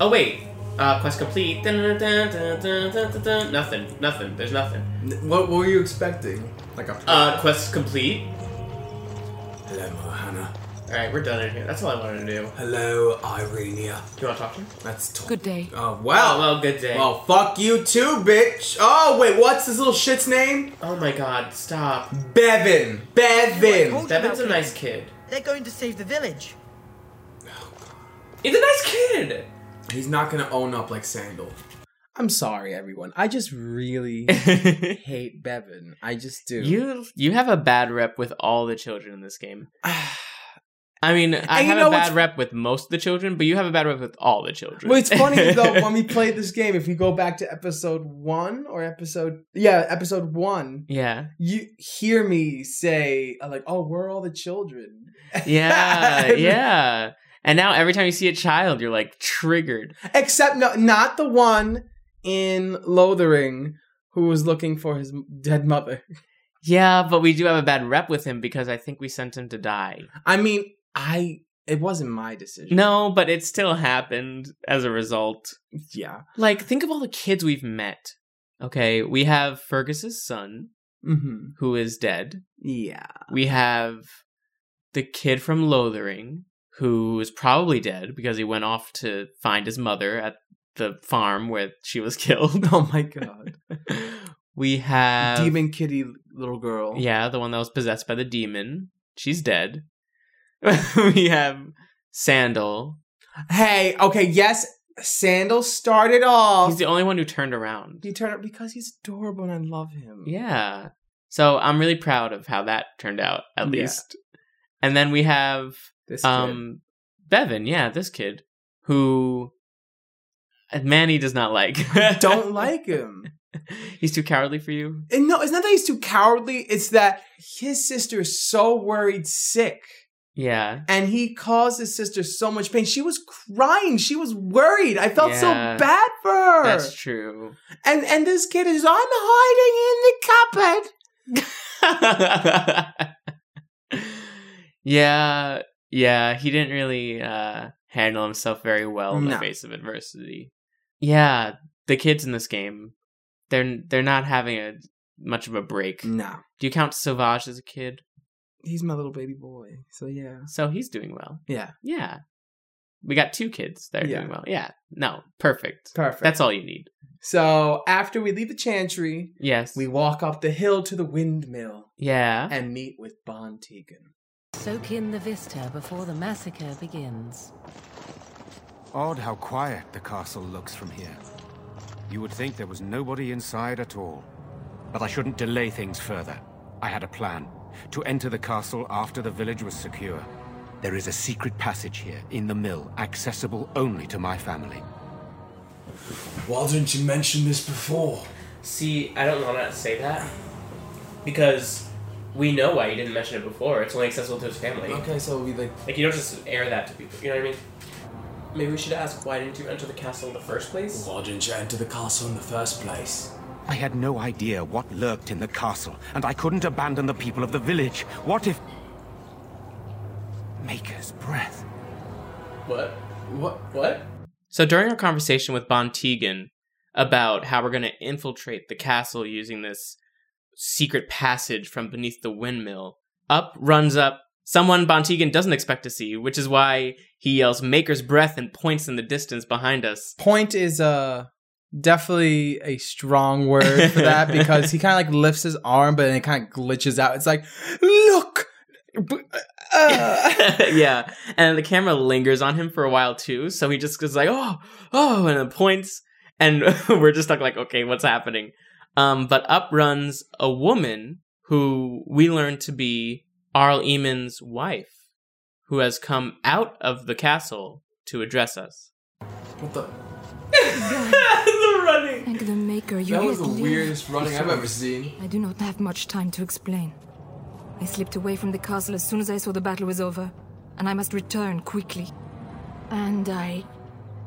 Speaker 4: Oh wait, Uh, quest complete. Dun, dun, dun, dun, dun, dun, dun, dun. Nothing. Nothing. There's nothing.
Speaker 7: N- What were you expecting? Like a.
Speaker 4: Uh, quest complete.
Speaker 7: Hello, Mohana.
Speaker 4: All right, we're done in here. That's all I wanted to do. Do
Speaker 7: Hello, Irenia.
Speaker 4: you want to talk to me?
Speaker 7: That's talk.
Speaker 9: Good day.
Speaker 7: Oh,
Speaker 4: Oh,
Speaker 7: well.
Speaker 4: well, good day.
Speaker 7: Well, fuck you too, bitch. Oh, wait, what's this little shit's name?
Speaker 4: oh my God! Stop.
Speaker 7: Bevin. Bevin.
Speaker 4: Bevin's a nice kid.
Speaker 8: They're going to save the village.
Speaker 4: He's a nice kid.
Speaker 7: He's not gonna own up like Sandal.
Speaker 2: I'm sorry, everyone. I just really hate Bevan. I just do.
Speaker 1: You you have a bad rep with all the children in this game. I mean, I
Speaker 2: you
Speaker 1: have
Speaker 2: know
Speaker 1: a bad
Speaker 2: what's-
Speaker 1: rep with most of the children, but you have a bad rep with all the children.
Speaker 2: Well, it's funny though when we played this game. If we go back to episode one or episode yeah, episode one,
Speaker 1: yeah,
Speaker 2: you hear me say uh, like, "Oh, we're all the children."
Speaker 1: yeah, yeah. And now every time you see a child, you're like triggered.
Speaker 2: Except no, not the one in Lothering who was looking for his m- dead mother.
Speaker 1: Yeah, but we do have a bad rep with him because I think we sent him to die.
Speaker 2: I mean, I it wasn't my decision.
Speaker 1: No, but it still happened as a result.
Speaker 2: Yeah.
Speaker 1: Like, think of all the kids we've met. Okay, we have Fergus's son,
Speaker 2: Mm-hmm.
Speaker 1: who is dead.
Speaker 2: Yeah.
Speaker 1: We have the kid from Lothering, who is probably dead because he went off to find his mother at the farm where she was killed.
Speaker 2: Oh my god.
Speaker 1: we have
Speaker 2: Demon kitty little girl.
Speaker 1: Yeah, the one that was possessed by the demon. She's dead. we have Sandal.
Speaker 2: Hey, okay, yes, Sandal started off.
Speaker 1: He's the only one who turned around.
Speaker 2: he turned up because he's adorable and I love him.
Speaker 1: Yeah. So I'm really proud of how that turned out, at
Speaker 2: Yeah.
Speaker 1: least. And then we have
Speaker 2: This um,
Speaker 1: um Bevan, yeah, this kid, who uh, Manny does not like.
Speaker 2: don't like him.
Speaker 1: He's too cowardly for you.
Speaker 2: And no, it's not that he's too cowardly. It's that his sister is so worried sick.
Speaker 1: Yeah.
Speaker 2: And he caused his sister so much pain. She was crying. She was worried. I felt so
Speaker 1: Yeah.
Speaker 2: bad for her.
Speaker 1: That's true.
Speaker 2: and and this kid is, I'm hiding in the cupboard.
Speaker 1: yeah, yeah, he didn't really uh, handle himself very well in the
Speaker 2: No.
Speaker 1: face of adversity. Yeah, the kids in this game, they're they're not having a much of a break.
Speaker 2: No.
Speaker 1: Do you count Sauvage as a kid?
Speaker 2: He's my little baby boy. So yeah.
Speaker 1: So he's doing well.
Speaker 2: Yeah.
Speaker 1: Yeah, we got two kids that are
Speaker 2: Yeah.
Speaker 1: doing well. Yeah, no, perfect.
Speaker 2: Perfect.
Speaker 1: That's all you need.
Speaker 2: so after we leave the chantry,
Speaker 1: Yes.
Speaker 2: we walk up the hill to the windmill
Speaker 1: yeah.
Speaker 2: and meet with Bon Tegan.
Speaker 8: Soak in the vista before the massacre begins.
Speaker 6: Odd how quiet the castle looks from here. You would think there was nobody inside at all. But I shouldn't delay things further. I had a plan to enter the castle after the village was secure. There is a secret passage here in the mill, accessible only to my family.
Speaker 7: Why didn't you mention this before?
Speaker 4: See, I don't want to say that because we know why you didn't mention it before. It's only accessible to his family.
Speaker 7: Okay, so we like.
Speaker 4: Like you don't just air that to people. You know what I mean? Maybe we should ask why didn't you enter the castle in the first place?
Speaker 7: Why didn't you enter the castle in the first place?
Speaker 6: I had no idea what lurked in the castle, and I couldn't abandon the people of the village. What if. Maker's breath.
Speaker 4: What? What? What?
Speaker 1: So during our conversation with Bon Tegan about how we're going to infiltrate the castle using this secret passage from beneath the windmill, up runs up someone Bon Tegan doesn't expect to see, which is why he yells "Maker's breath" and points in the distance behind us.
Speaker 2: point is uh definitely a strong word for that because he kind of like lifts his arm but then it kind of glitches out it's like look B- uh.
Speaker 1: yeah, and the camera lingers on him for a while too, so he just is like, "Oh, oh," and then points, and we're just stuck like, "Okay, what's happening?" Um, but up runs a woman who we learn to be Arl Eamon's wife, who has come out of the castle to address us.
Speaker 7: What the?
Speaker 4: the running.
Speaker 9: Thank the Maker, you
Speaker 7: That was
Speaker 9: yet
Speaker 7: the
Speaker 9: live.
Speaker 7: weirdest running I've ever seen.
Speaker 9: I do not have much time to explain. I slipped away from the castle as soon as I saw the battle was over, and I must return quickly. And I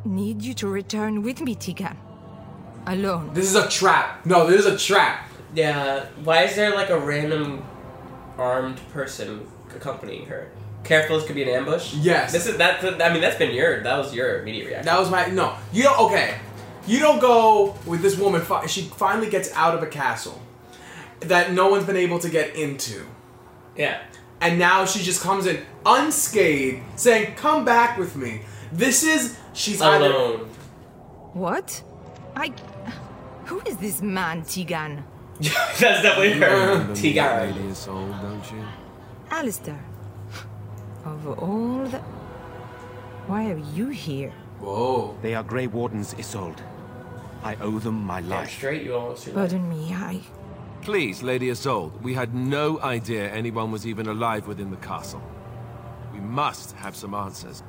Speaker 9: need you to return with me, Tigan. Alone.
Speaker 7: This is a trap. No, this is a trap.
Speaker 4: Yeah. Why is there like a random armed person accompanying her? Careful, this could be an ambush.
Speaker 2: Yes.
Speaker 4: This is that. I mean, that's been your. That was your immediate reaction.
Speaker 2: That was my no. You don't okay. You don't go with this woman. Fi- she finally gets out of a castle that no one's been able to get into,
Speaker 4: yeah.
Speaker 2: and now she just comes in unscathed, saying, "Come back with me." This is she's either-
Speaker 4: Alone.
Speaker 9: What? I. Who is this man, Tigan?
Speaker 4: that's definitely her. Tigara.
Speaker 3: Lady is sold, don't you?
Speaker 9: Alistair. Of all the. Why are you here?
Speaker 2: Whoa!
Speaker 6: They are Grey Warden's Isolde. I owe them my
Speaker 10: Damn
Speaker 6: life.
Speaker 10: straight, you almost do that.
Speaker 9: Pardon me, I.
Speaker 11: Please, Lady Isolde, we had no idea anyone was even alive within the castle. We must have some answers.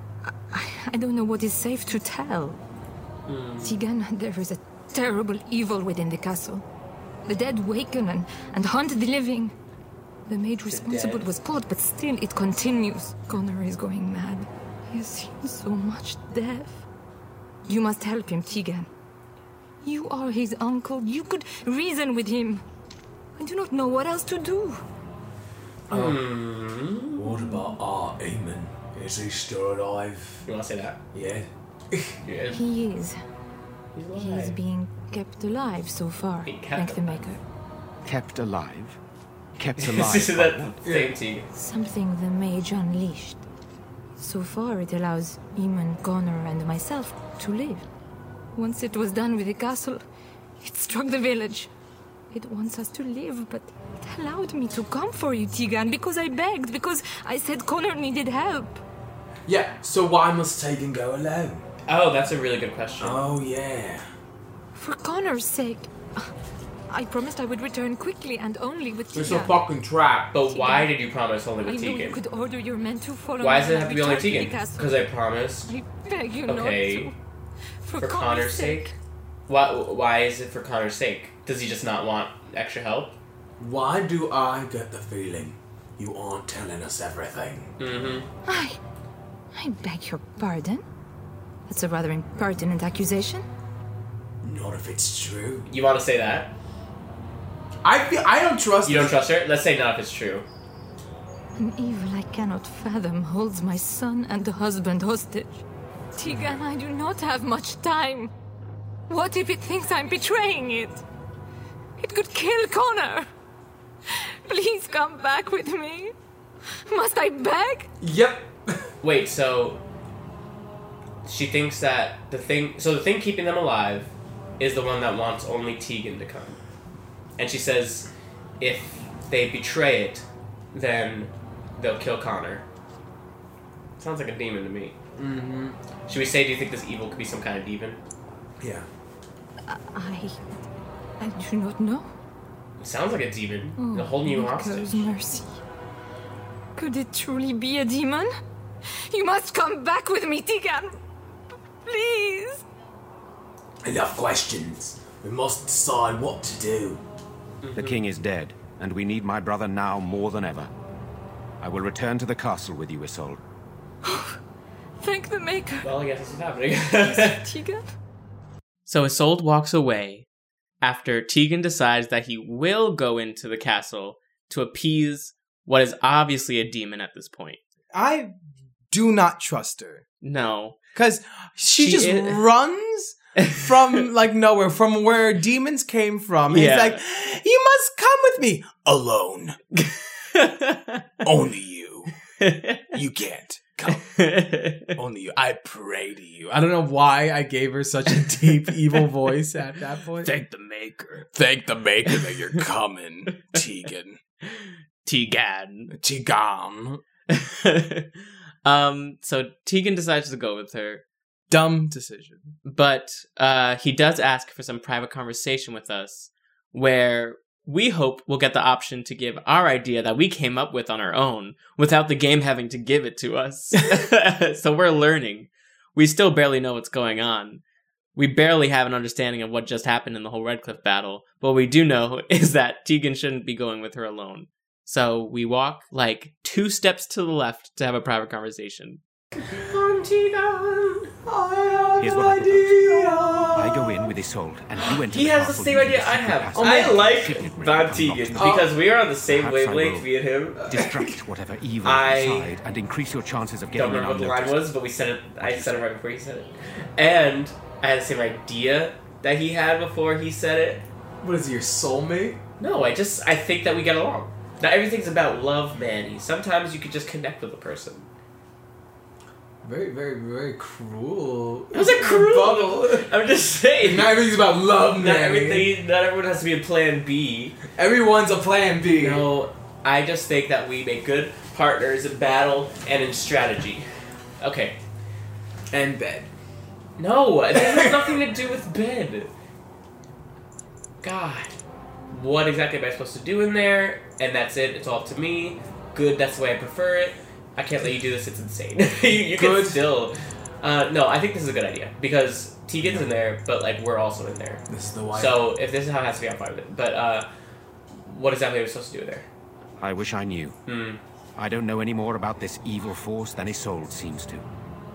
Speaker 9: I don't know what is safe to tell.
Speaker 4: Hmm.
Speaker 9: Tigan, there is a terrible evil within the castle. The dead waken and, and hunt the living. The maid responsible
Speaker 4: dead.
Speaker 9: was caught, but still it continues. Connor is going mad. He has seen so much death. You must help him, Tigan. You are his uncle. You could reason with him. I do not know what else to do.
Speaker 3: What about our Eamon? Is he still alive?
Speaker 4: You want to say that?
Speaker 3: Yeah.
Speaker 4: Yeah.
Speaker 9: He is.
Speaker 4: He's
Speaker 9: He is
Speaker 4: alive.
Speaker 9: being kept alive so far.
Speaker 4: Being kept
Speaker 9: Thank the Maker.
Speaker 6: Kept alive? Kept alive.
Speaker 4: This is
Speaker 6: by
Speaker 4: that
Speaker 6: what?
Speaker 4: same T.
Speaker 9: Something the mage unleashed. So far, it allows Eamon, Connor, and myself to live. Once it was done with the castle, it struck the village. It wants us to live, but it allowed me to come for you, Tigan, because I begged, because I said Connor needed help.
Speaker 2: Yeah.
Speaker 3: So why must Tegan go alone?
Speaker 4: Oh, that's a really good question.
Speaker 3: Oh yeah.
Speaker 9: For Connor's sake. I promised I would return quickly and only with
Speaker 2: It's a
Speaker 9: Tigan.
Speaker 2: fucking trap.
Speaker 4: but why did you promise only
Speaker 9: I
Speaker 4: with
Speaker 9: know you could
Speaker 4: Tegan?
Speaker 9: order your men to follow
Speaker 4: Why
Speaker 9: me
Speaker 4: does it
Speaker 9: and
Speaker 4: have to be only
Speaker 9: return the
Speaker 4: Tegan?
Speaker 9: castle.
Speaker 4: Because I promised.
Speaker 9: I beg you
Speaker 4: Okay.
Speaker 9: not to. For,
Speaker 4: For Connor's sake. Why? Why is it for Connor's sake? Does he just not want extra help?
Speaker 3: Why do I get the feeling you aren't telling us everything?
Speaker 9: I. I beg your pardon? That's a rather impertinent accusation.
Speaker 3: Not if it's true.
Speaker 4: You want to say that?
Speaker 2: I feel I don't trust.
Speaker 4: You don't
Speaker 2: this-
Speaker 4: trust her? Let's say not if it's true.
Speaker 9: An evil I cannot fathom holds my son and husband hostage. Tigan, I do not have much time. What if it thinks I'm betraying it? It could kill Connor! Please come back with me. Must I beg?
Speaker 2: Yep.
Speaker 4: Wait, so she thinks that the thing so the thing keeping them alive is the one that wants only Tegan to come. And she says if they betray it, then they'll kill Connor. Sounds like a demon to me. Mm-hmm. Should we say do you think this evil could be some kind of demon?
Speaker 3: Yeah.
Speaker 9: I. I do not know.
Speaker 4: It sounds like a demon. a whole new
Speaker 9: Nico's
Speaker 4: hostage.
Speaker 9: mercy. Could it truly be a demon? You must come back with me, Tigan. P- Please.
Speaker 3: Enough questions. We must decide what to do.
Speaker 6: The king is dead, and we need my brother now more than ever. I will return to the castle with you, Isolde.
Speaker 9: Thank the Maker.
Speaker 4: Well I guess this is happening.
Speaker 9: Tigan?
Speaker 1: So Isolde walks away after Tegan decides that he will go into the castle to appease what is obviously a demon at this point.
Speaker 2: I do not trust her
Speaker 1: No.
Speaker 2: because she,
Speaker 1: She
Speaker 2: just
Speaker 1: is-
Speaker 2: runs from like nowhere, from where demons came from. And
Speaker 1: Yeah.
Speaker 2: It's like you must come with me alone. Only you. You can't. Come. Only you. I pray to you. I don't know why I gave her such a deep, evil voice at that point.
Speaker 1: Thank the maker.
Speaker 2: Thank the maker that you're coming, Tegan.
Speaker 1: Tegan.
Speaker 2: Tegan.
Speaker 1: um, so Tegan decides to go with her,
Speaker 2: Dumb decision.
Speaker 1: but uh, he does ask for some private conversation with us where we hope we'll get the option to give our idea that we came up with on our own without the game having to give it to us. so we're learning. We still barely know what's going on. We barely have an understanding of what just happened in the whole Redcliffe battle. But what we do know is that Tegan shouldn't be going with her alone. So we walk like two steps to the left to have a private conversation.
Speaker 4: Contigon, I have
Speaker 6: Here's what I propose. I go Oh in with Isolde, and you enter
Speaker 4: He
Speaker 6: the
Speaker 4: has the
Speaker 6: castle
Speaker 4: same
Speaker 6: using
Speaker 4: idea
Speaker 6: the
Speaker 4: I
Speaker 6: secret
Speaker 4: have.
Speaker 6: passage.
Speaker 4: I like
Speaker 6: Secret room
Speaker 4: Von
Speaker 6: unlocked.
Speaker 4: Tegan because we are on the same
Speaker 6: Oh. Perhaps I
Speaker 4: wavelength,
Speaker 6: will
Speaker 4: me and him.
Speaker 6: Distract whatever evil
Speaker 4: I-
Speaker 6: is inside and increase your chances of
Speaker 4: Don't
Speaker 6: getting in
Speaker 4: remember what the line
Speaker 6: unnoticed.
Speaker 4: was, but we said it. I said it right before he said it, and I had the same idea that he had before he said it.
Speaker 2: What is he, your soulmate?
Speaker 4: No, I just I think that we get along. Not everything's about love, Manny. Sometimes you could just connect with a person.
Speaker 2: Very, very, very cruel.
Speaker 4: It was a cruel.
Speaker 2: Bubble.
Speaker 4: I'm just saying.
Speaker 2: Not everything's about love,
Speaker 4: Not
Speaker 2: Manny.
Speaker 4: everything. Not everyone has to be a plan B.
Speaker 2: Everyone's a plan B.
Speaker 4: No, I just think that we make good partners in battle and in strategy. Okay.
Speaker 2: And bed.
Speaker 4: No, this has nothing to do with bed. God. What exactly am I supposed to do in there? And that's it. It's all up to me. Good. That's the way I prefer it. I can't let you do this. It's insane. you you can
Speaker 2: Good.
Speaker 4: still. Uh, no, I think this is a good idea because Tegan's in there, but like we're also in there.
Speaker 2: This is the wife.
Speaker 4: So if this is how it has to be, I'm fine with it. But uh, what exactly are we supposed to do there?
Speaker 6: I wish I knew.
Speaker 4: Hmm.
Speaker 6: I don't know any more about this evil force than Isolde seems to.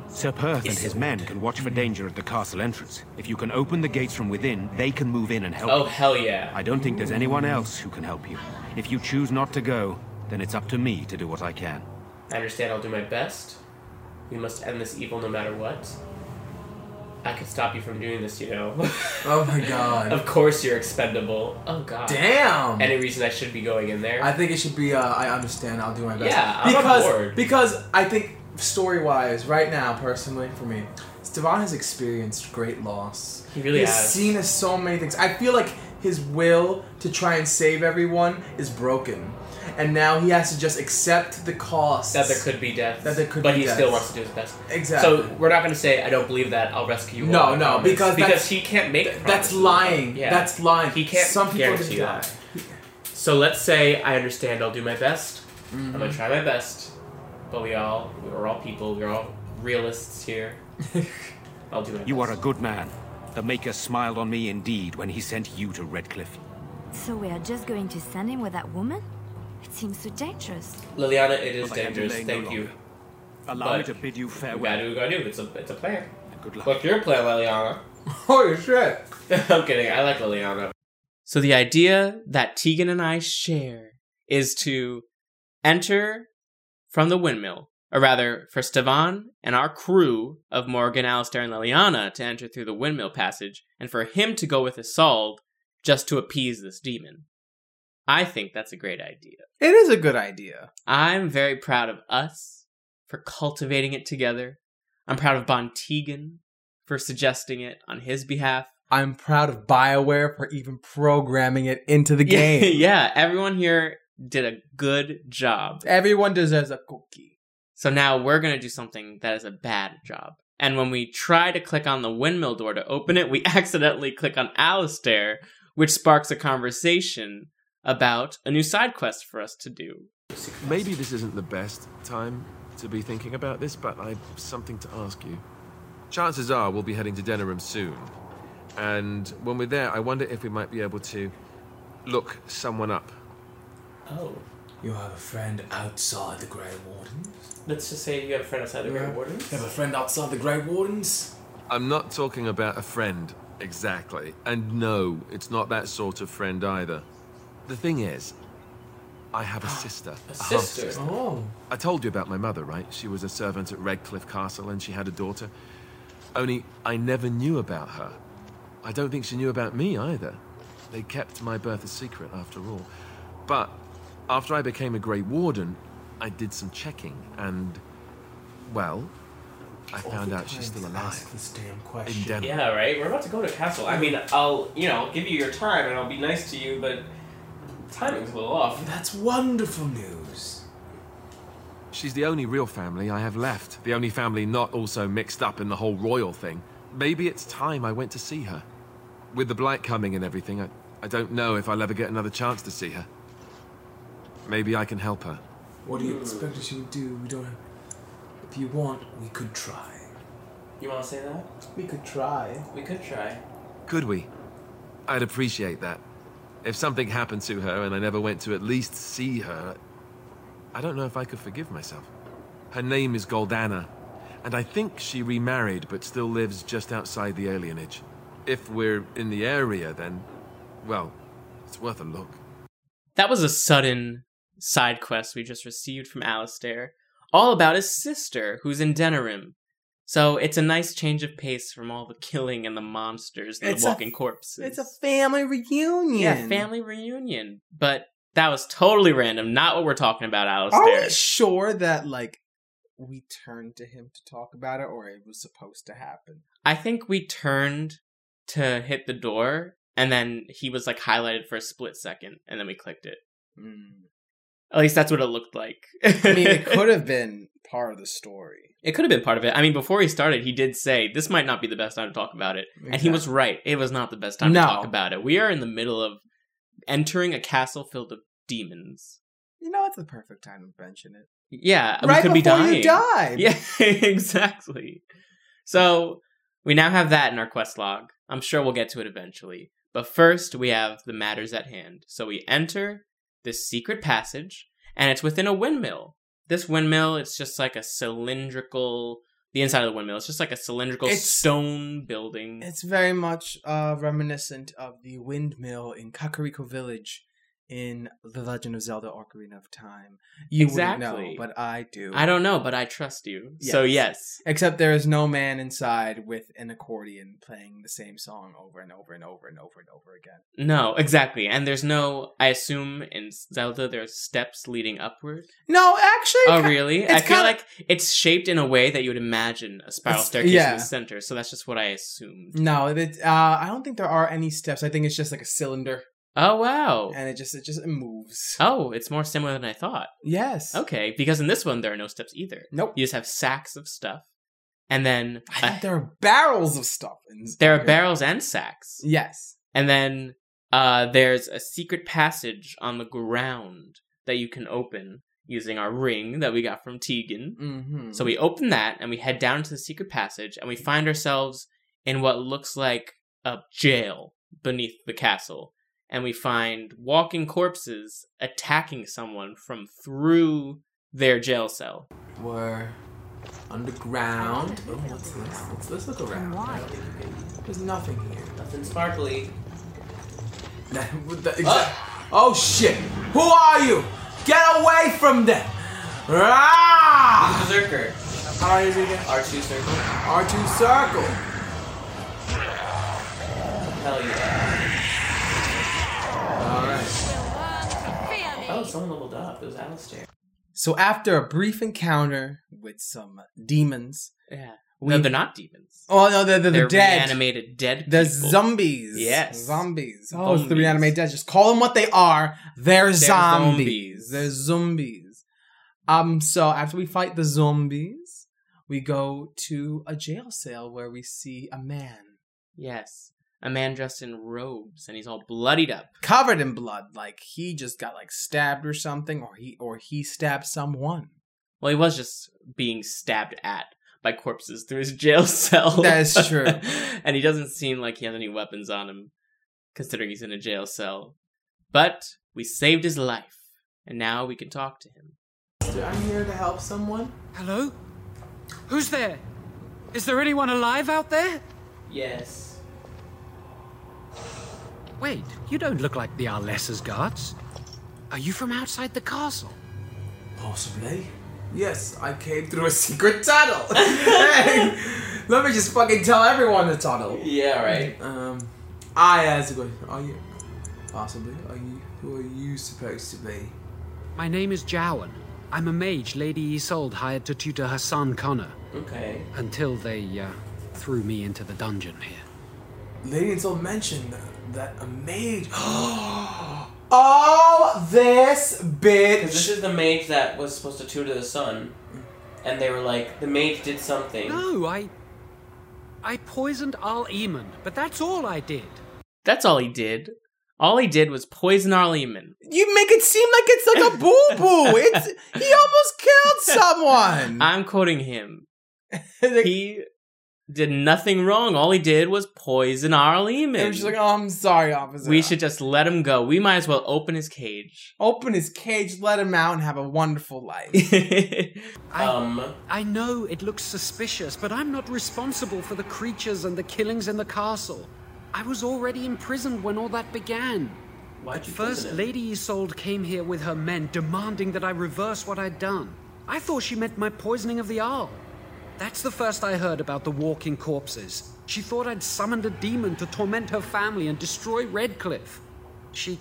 Speaker 6: Sir Perth and his men can watch for danger at the castle entrance. If you can open the gates from within, they can move in and help.
Speaker 4: Oh
Speaker 6: you.
Speaker 4: hell yeah!
Speaker 6: I don't think there's anyone else who can help you. If you choose not to go, then it's up to me to do what I can.
Speaker 4: I understand. I'll do my best. We must end this evil no matter what. I could stop you from doing this, you know.
Speaker 2: Oh my god.
Speaker 4: of course you're expendable. Oh god.
Speaker 2: Damn.
Speaker 4: Any reason I should be going in there?
Speaker 2: I think it should be. Uh, I understand. I'll do my best.
Speaker 4: Yeah, I'm on
Speaker 2: because
Speaker 4: board.
Speaker 2: because I think story wise, right now, personally for me, Stevan has experienced great loss.
Speaker 4: He really
Speaker 2: He's
Speaker 4: has.
Speaker 2: seen us so many things. I feel like his will to try and save everyone is broken, and now he has to just accept the cost.
Speaker 4: that there could be death.
Speaker 2: That there could
Speaker 4: but
Speaker 2: be
Speaker 4: he
Speaker 2: deaths.
Speaker 4: still wants to do his best.
Speaker 2: Exactly.
Speaker 4: So we're not gonna say I don't believe that. I'll rescue you.
Speaker 2: No,
Speaker 4: all," I
Speaker 2: no,
Speaker 4: promise.
Speaker 2: because
Speaker 4: because
Speaker 2: that's-
Speaker 4: he can't make.
Speaker 2: That's
Speaker 4: promises.
Speaker 2: lying.
Speaker 4: Yeah.
Speaker 2: That's lying.
Speaker 4: He can't
Speaker 2: Some people just
Speaker 4: guarantee that.
Speaker 2: lie.
Speaker 4: So let's say I understand. I'll do my best. I'm
Speaker 2: Mm-hmm.
Speaker 4: gonna try my best. But we all we're all people. We're all realists here. I'll do my
Speaker 6: You
Speaker 4: best.
Speaker 6: are a good man. The Maker smiled on me indeed when he sent you to Redcliffe.
Speaker 9: So we are just going to send him with that woman? It seems so dangerous.
Speaker 4: Liliana. It is
Speaker 6: But I can
Speaker 4: dangerous.
Speaker 6: delay no
Speaker 4: Thank you.
Speaker 6: longer. Allow me
Speaker 4: But
Speaker 6: to bid you
Speaker 4: We
Speaker 6: farewell.
Speaker 4: gotta do what we gotta do. It's a it's a plan.
Speaker 6: Good luck.
Speaker 4: What's your plan, Liliana?
Speaker 2: Holy shit.
Speaker 4: I'm kidding. I like Liliana.
Speaker 1: So the idea that Tegan and I share is to enter from the windmill, or rather, for Stevan and our crew of Morgan, Alistair, and Liliana to enter through the windmill passage, and for him to go with Isolde just to appease this demon. I think that's a great idea.
Speaker 12: It is a good idea.
Speaker 1: I'm very proud of us for cultivating it together. I'm proud of Bon Tegan for suggesting it on his behalf.
Speaker 12: I'm proud of BioWare for even programming it into the game.
Speaker 1: yeah, everyone here did a good job.
Speaker 12: Everyone deserves a cookie.
Speaker 1: So now we're going to do something that is a bad job. And when we try to click on the windmill door to open it, we accidentally click on Alistair, which sparks a conversation about a new side quest for us to do.
Speaker 13: Maybe this isn't the best time to be thinking about this, but I've something to ask you. Chances are we'll be heading to Denerim soon. And when we're there, I wonder if we might be able to look someone up.
Speaker 4: Oh,
Speaker 2: You have a friend outside the Grey Wardens.
Speaker 4: let's just say you have a friend outside the Grey Wardens.
Speaker 2: You have a friend outside the Grey Wardens.
Speaker 13: I'm not talking about a friend exactly. And no, it's not that sort of friend either. The thing is, I have a sister.
Speaker 4: A
Speaker 13: half
Speaker 4: sister.
Speaker 2: Oh.
Speaker 13: I told you about my mother, right? She was a servant at Redcliffe Castle and she had a daughter. Only I never knew about her. I don't think she knew about me either. They kept my birth a secret after all. But after I became a Grey Warden, I did some checking and, well, I found out she's still alive
Speaker 2: Ask this damn
Speaker 13: in
Speaker 2: question.
Speaker 13: Denver.
Speaker 4: Yeah, right. We're about to go to castle. I mean, I'll you know I'll give you your time and I'll be nice to you, but timing's a little off.
Speaker 2: That's wonderful news.
Speaker 13: She's the only real family I have left, the only family not also mixed up in the whole royal thing. Maybe it's time I went to see her. With the blight coming and everything, I, I don't know if I'll ever get another chance to see her. Maybe I can help her.
Speaker 2: What do
Speaker 1: Hmm.
Speaker 2: you expect that she would do? We don't have. If you want, we could try.
Speaker 4: You want to say that?
Speaker 2: We could try.
Speaker 4: We could try.
Speaker 13: Could we? I'd appreciate that. If something happened to her and I never went to at least see her, I don't know if I could forgive myself. Her name is Goldana, and I think she remarried but still lives just outside the alienage. If we're in the area, then, well, it's worth a look.
Speaker 1: That was a sudden side quest we just received from Alistair, all about his sister who's in Denerim. So it's a nice change of pace from all the killing and the monsters and
Speaker 2: It's
Speaker 1: the
Speaker 2: a-
Speaker 1: walking corpses.
Speaker 2: It's a family reunion.
Speaker 1: yeah, family reunion. But that was totally random, not what we're talking about, Alistair.
Speaker 2: Are we sure that like we turned to him to talk about it, or it was supposed to happen?
Speaker 1: I think we turned to hit the door, and then he was like highlighted for a split second, and then we clicked it. Mm. At least that's what it looked like.
Speaker 2: I mean, it could have been part of the story.
Speaker 1: It could have been part of it. I mean, before he started, he did say this might not be the best time to talk about it, and he was right. It was not the best time
Speaker 2: No.
Speaker 1: to talk about it. We are in the middle of entering a castle filled of demons.
Speaker 2: You know, it's the perfect time to mention it.
Speaker 1: Yeah,
Speaker 2: Right
Speaker 1: we could
Speaker 2: before
Speaker 1: be dying.
Speaker 2: you die.
Speaker 1: Yeah, exactly. So we now have that in our quest log. I'm sure we'll get to it eventually. But first, we have the matters at hand. So we enter this secret passage, and it's within a windmill. This windmill, it's just like a cylindrical. The inside of the windmill, it's just like a cylindrical
Speaker 2: It's-
Speaker 1: stone building.
Speaker 2: It's very much uh, reminiscent of the windmill in Kakariko Village in The Legend of Zelda: Ocarina of Time. You
Speaker 1: Exactly.
Speaker 2: wouldn't know, but I do.
Speaker 1: I don't know, but I trust you. So yes,
Speaker 2: Except there is no man inside with an accordion playing the same song over and over and over and over and over again.
Speaker 1: no, exactly. And there's no. I assume in Zelda there's steps leading upward.
Speaker 2: No, actually.
Speaker 1: Oh,
Speaker 2: ki-
Speaker 1: really?
Speaker 2: it's
Speaker 1: I feel
Speaker 2: kinda-
Speaker 1: like it's shaped in a way that you would imagine a spiral
Speaker 2: It's-
Speaker 1: staircase
Speaker 2: yeah.
Speaker 1: in the center. So that's just what I assumed.
Speaker 2: No, it, uh, I don't think there are any steps. I think it's just like a cylinder,
Speaker 1: Oh wow!
Speaker 2: and it just it just it moves.
Speaker 1: Oh, it's more similar than I thought.
Speaker 2: Yes.
Speaker 1: Okay, because in this one there are no steps either.
Speaker 2: Nope.
Speaker 1: You just have sacks of stuff, and then
Speaker 2: I think
Speaker 1: a-
Speaker 2: there are barrels of stuff. In
Speaker 1: there are
Speaker 2: Zelda.
Speaker 1: barrels and sacks,
Speaker 2: Yes.
Speaker 1: and then uh, there's a secret passage on the ground that you can open using our ring that we got from Tegan.
Speaker 2: Mm-hmm.
Speaker 1: So we open that and we head down to the secret passage and we find ourselves in what looks like a jail beneath the castle. And we find walking corpses attacking someone from through their jail cell.
Speaker 4: We're underground. Oh, what's this? What's this look around?
Speaker 14: Why?
Speaker 7: There's nothing here.
Speaker 4: Nothing sparkly.
Speaker 7: That, with the, exact- oh shit! Who are you? Get away from them! Ah! Rah!
Speaker 4: Berserker.
Speaker 7: How do I do it again?
Speaker 4: R2 circle.
Speaker 7: R2 circle.
Speaker 4: Hell yeah.
Speaker 7: Alright.
Speaker 4: Oh, someone leveled up. It was Alistair.
Speaker 2: So after a brief encounter with some demons,
Speaker 1: Yeah.
Speaker 2: we
Speaker 1: no, they're not demons.
Speaker 2: oh no, they're, they're, the
Speaker 1: They're
Speaker 2: dead.
Speaker 1: reanimated dead
Speaker 2: They're
Speaker 1: people.
Speaker 2: zombies.
Speaker 1: Yes.
Speaker 2: zombies. Oh, it's the
Speaker 1: Zombies.
Speaker 2: reanimated dead. Just call them what they are. They're,
Speaker 1: zombies.
Speaker 2: zombies. They're zombies. Um. So after we fight the zombies, we go to a jail cell where we see a man
Speaker 1: Yes. A man dressed in robes and he's all bloodied up.
Speaker 2: covered in blood, like he just got like stabbed or something, or he or he stabbed someone.
Speaker 1: Well, he was just being stabbed at by corpses through his jail cell.
Speaker 2: That is true.
Speaker 1: and he doesn't seem like he has any weapons on him, considering he's in a jail cell. But we saved his life, and now we can talk to him.
Speaker 7: I'm here to help someone.
Speaker 5: Hello? Who's there? Is there anyone alive out there?
Speaker 4: Yes.
Speaker 5: Wait, you don't look like the Arlessa's guards. Are you from outside the castle?
Speaker 7: Possibly. Yes, I came through a secret tunnel. hey, let me just fucking tell everyone the tunnel.
Speaker 4: Yeah, right.
Speaker 7: Um, I asked a question. Are you possibly? Are you? Who are you supposed to be?
Speaker 5: My name is Jowan. I'm a mage Lady Isolde hired to tutor her son Connor
Speaker 4: Okay.
Speaker 5: until they uh, threw me into the dungeon here.
Speaker 7: Lady Insel mentioned that a mage. oh, this
Speaker 4: Because this
Speaker 7: bitch.
Speaker 4: is the mage that was supposed to tutor the son, and they were like, the mage did something.
Speaker 5: No, Oh, I. I poisoned Al Eamon, but that's all I did.
Speaker 1: That's all he did. All he did was poison Arleman.
Speaker 2: You make it seem like it's like a boo boo. It's he almost killed someone.
Speaker 1: I'm quoting him. He did nothing wrong. All he did was poison our Lehman.
Speaker 15: And she's like, "Oh, I'm sorry, officer.
Speaker 1: we should just let him go. We might as well open his cage.
Speaker 15: open his cage, let him out, and have a wonderful life."
Speaker 5: I, I know it looks suspicious, but I'm not responsible for the creatures and the killings in the castle. I was already imprisoned when all that began.
Speaker 4: Why'd
Speaker 5: At
Speaker 4: you
Speaker 5: first,
Speaker 4: imprison him?
Speaker 5: Lady Isolde came here with her men, demanding that I reverse what I'd done. I thought she meant my poisoning of the owl. That's the first I heard about the walking corpses. She thought I'd summoned a demon to torment her family and destroy Redcliffe. She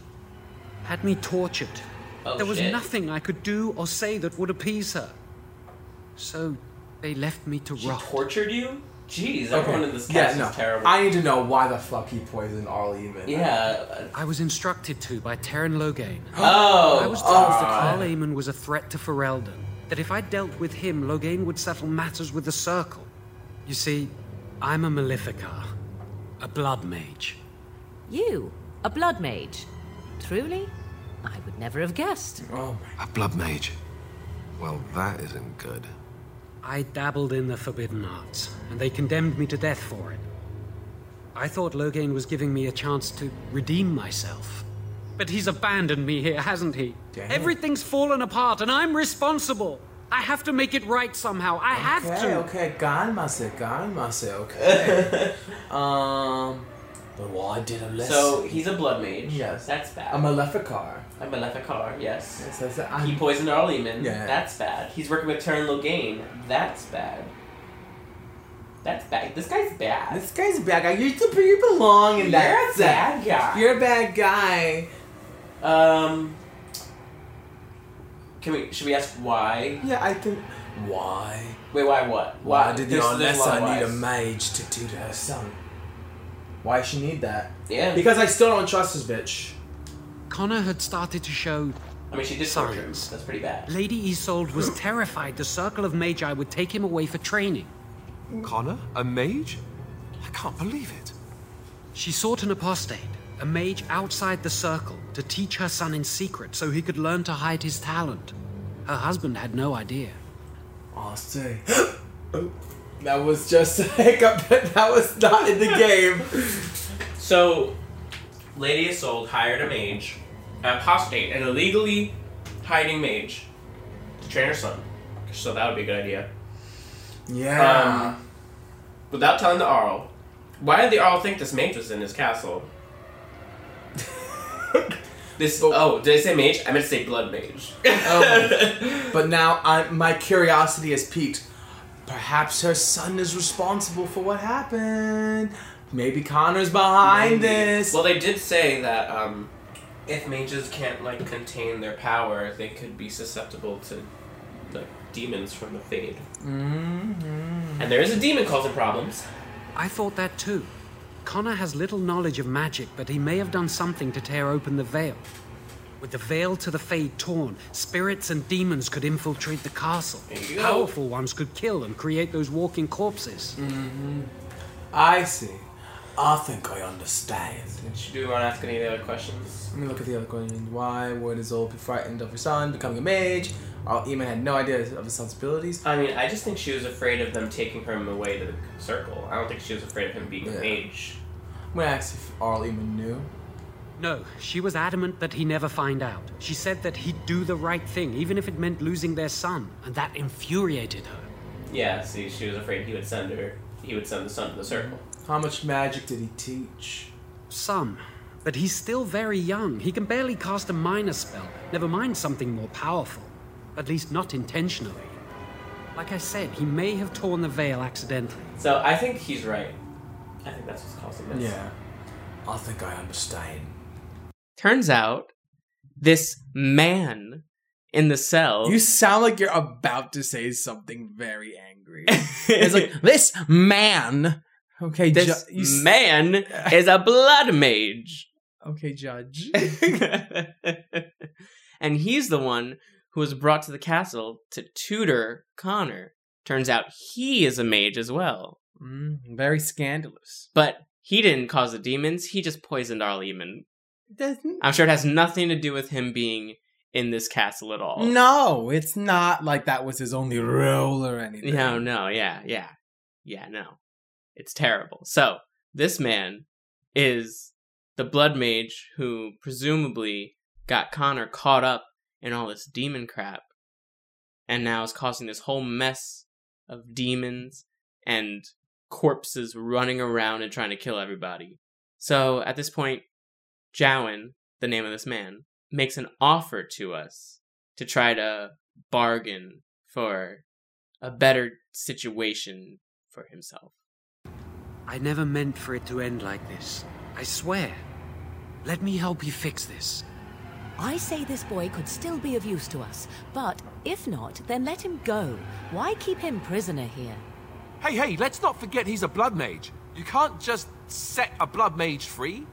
Speaker 5: had me tortured.
Speaker 4: Oh,
Speaker 5: there was
Speaker 4: shit.
Speaker 5: nothing I could do or say that would appease her. So they left me to rot.
Speaker 4: Tortured you? Jeez, everyone in this
Speaker 5: Yeah,
Speaker 4: cast
Speaker 5: no.
Speaker 4: is terrible.
Speaker 2: I need to know why the fuck he poisoned Arlie Eamon.
Speaker 5: I was instructed to by Terran Loghain.
Speaker 4: Oh,
Speaker 5: I was told
Speaker 4: God.
Speaker 5: that Carl Eamon was a threat to Ferelden, that if I dealt with him, Loghain would settle matters with the Circle. You see, I'm a Maleficar, a blood mage.
Speaker 16: You, a blood mage. Truly, I would never have guessed.
Speaker 2: Oh
Speaker 13: A blood mage. Well, that isn't good.
Speaker 5: I dabbled in the forbidden arts, and they condemned me to death for it. I thought Loghain was giving me a chance to redeem myself. But he's abandoned me here, hasn't he? Everything's fallen apart, and I'm responsible. I have to make it right somehow. I have
Speaker 2: Okay,
Speaker 5: to.
Speaker 2: okay, calmase, calmase, okay. um, but well, I did a list.
Speaker 4: So he's a blood mage.
Speaker 2: Yes.
Speaker 4: That's bad.
Speaker 2: I'm a Maleficar.
Speaker 4: I'm a Leficar, yes.
Speaker 2: Yes, that's it.
Speaker 4: He
Speaker 2: I'm-
Speaker 4: poisoned our Lehman.
Speaker 2: Yeah.
Speaker 4: That's bad. He's working with Terran Loghain. That's bad. That's bad. This guy's bad.
Speaker 2: This guy's a bad guy. You, you belong in that.
Speaker 4: You're a bad
Speaker 2: set.
Speaker 4: guy.
Speaker 2: You're a bad guy.
Speaker 4: Um. Can we? Should we ask why?
Speaker 2: Yeah, I think. Why?
Speaker 4: Wait, why what?
Speaker 2: Why did the
Speaker 4: There's- there's lot of
Speaker 2: Onessa need a
Speaker 4: whys.
Speaker 2: mage to do to her son? Why she need that?
Speaker 4: Yeah.
Speaker 2: Because I still don't trust this bitch.
Speaker 5: Connor had started to show.
Speaker 4: I mean, she did torture him. That's pretty bad.
Speaker 5: Lady Isolde was terrified the Circle of Magi would take him away for training.
Speaker 13: Connor? A mage? I can't believe it.
Speaker 5: She sought an apostate, a mage outside the circle, to teach her son in secret so he could learn to hide his talent. Her husband had no idea.
Speaker 2: I'll say. oh, that was just a hiccup. that was not in the game.
Speaker 4: So, Lady Isolde hired a mage, an apostate, an illegally hiding mage, to train her son. So that would be a good idea.
Speaker 2: Yeah.
Speaker 4: Um, without telling the Arl, why did the Arl think this mage was in his castle? this oh, did I say mage? I meant to say blood mage.
Speaker 2: But now I, my curiosity has piqued. Perhaps her son is responsible for what happened. Maybe Connor's behind
Speaker 4: Maybe.
Speaker 2: this.
Speaker 4: Well, they did say that um, if mages can't like contain their power, they could be susceptible to like demons from the Fade.
Speaker 2: Mm-hmm.
Speaker 4: And there is a demon causing problems.
Speaker 5: I thought that too. Connor has little knowledge of magic, but he may have done something to tear open the veil. With the veil to the Fade torn, spirits and demons could infiltrate the castle.
Speaker 4: you go.
Speaker 5: Powerful ones could kill and create those walking corpses.
Speaker 2: I see. I think I understand.
Speaker 4: Do you want to ask any of the other questions?
Speaker 2: Let me look at the other question. Why would Isolde be frightened of her son becoming a mage? Our Eamon had no idea of his son's abilities.
Speaker 4: I mean, I just think she was afraid of them taking him away to the circle. I don't think she was afraid of him being
Speaker 2: Yeah.
Speaker 4: a mage.
Speaker 2: I'm gonna ask if Arl Eamon knew.
Speaker 5: No, she was adamant that he never find out. She said that he'd do the right thing, even if it meant losing their son, and that infuriated her.
Speaker 4: Yeah, see, she was afraid he would send her. He would send the son to the circle.
Speaker 2: How much magic did he teach?
Speaker 5: Some, but he's still very young. He can barely cast a minor spell, never mind something more powerful. At least not intentionally. Like I said, he may have torn the veil accidentally.
Speaker 4: So I think he's right. I think that's what's causing this.
Speaker 2: Yeah. I think I understand.
Speaker 1: Turns out, this man in the cell.
Speaker 15: You sound like you're about to say something very angry. it's like this man. Okay, ju-
Speaker 1: this
Speaker 15: you s-
Speaker 1: man is a blood mage.
Speaker 15: Okay, judge.
Speaker 1: and he's the one who was brought to the castle to tutor Connor. Turns out he is a mage as well.
Speaker 15: Mm, very scandalous.
Speaker 1: But he didn't cause the demons, he just poisoned our Lehman.
Speaker 15: Doesn't-
Speaker 1: I'm sure it has nothing to do with him being in this castle at all.
Speaker 15: Oh. No, it's
Speaker 1: oh,
Speaker 15: not like that was his only role or anything.
Speaker 1: No, no, yeah, yeah. Yeah, no. It's terrible. So this man is the blood mage who presumably got Connor caught up in all this demon crap and now is causing this whole mess of demons and corpses running around and trying to kill everybody. So at this point, Jowen, the name of this man, makes an offer to us to try to bargain for a better situation for himself.
Speaker 9: I never meant for it to end like this. I swear. Let me help you fix this.
Speaker 5: I say this boy could still be of use to us, but if not, then let him go. Why keep him prisoner here?
Speaker 17: Hey, hey, let's not forget he's a blood mage. You can't just set a blood mage free.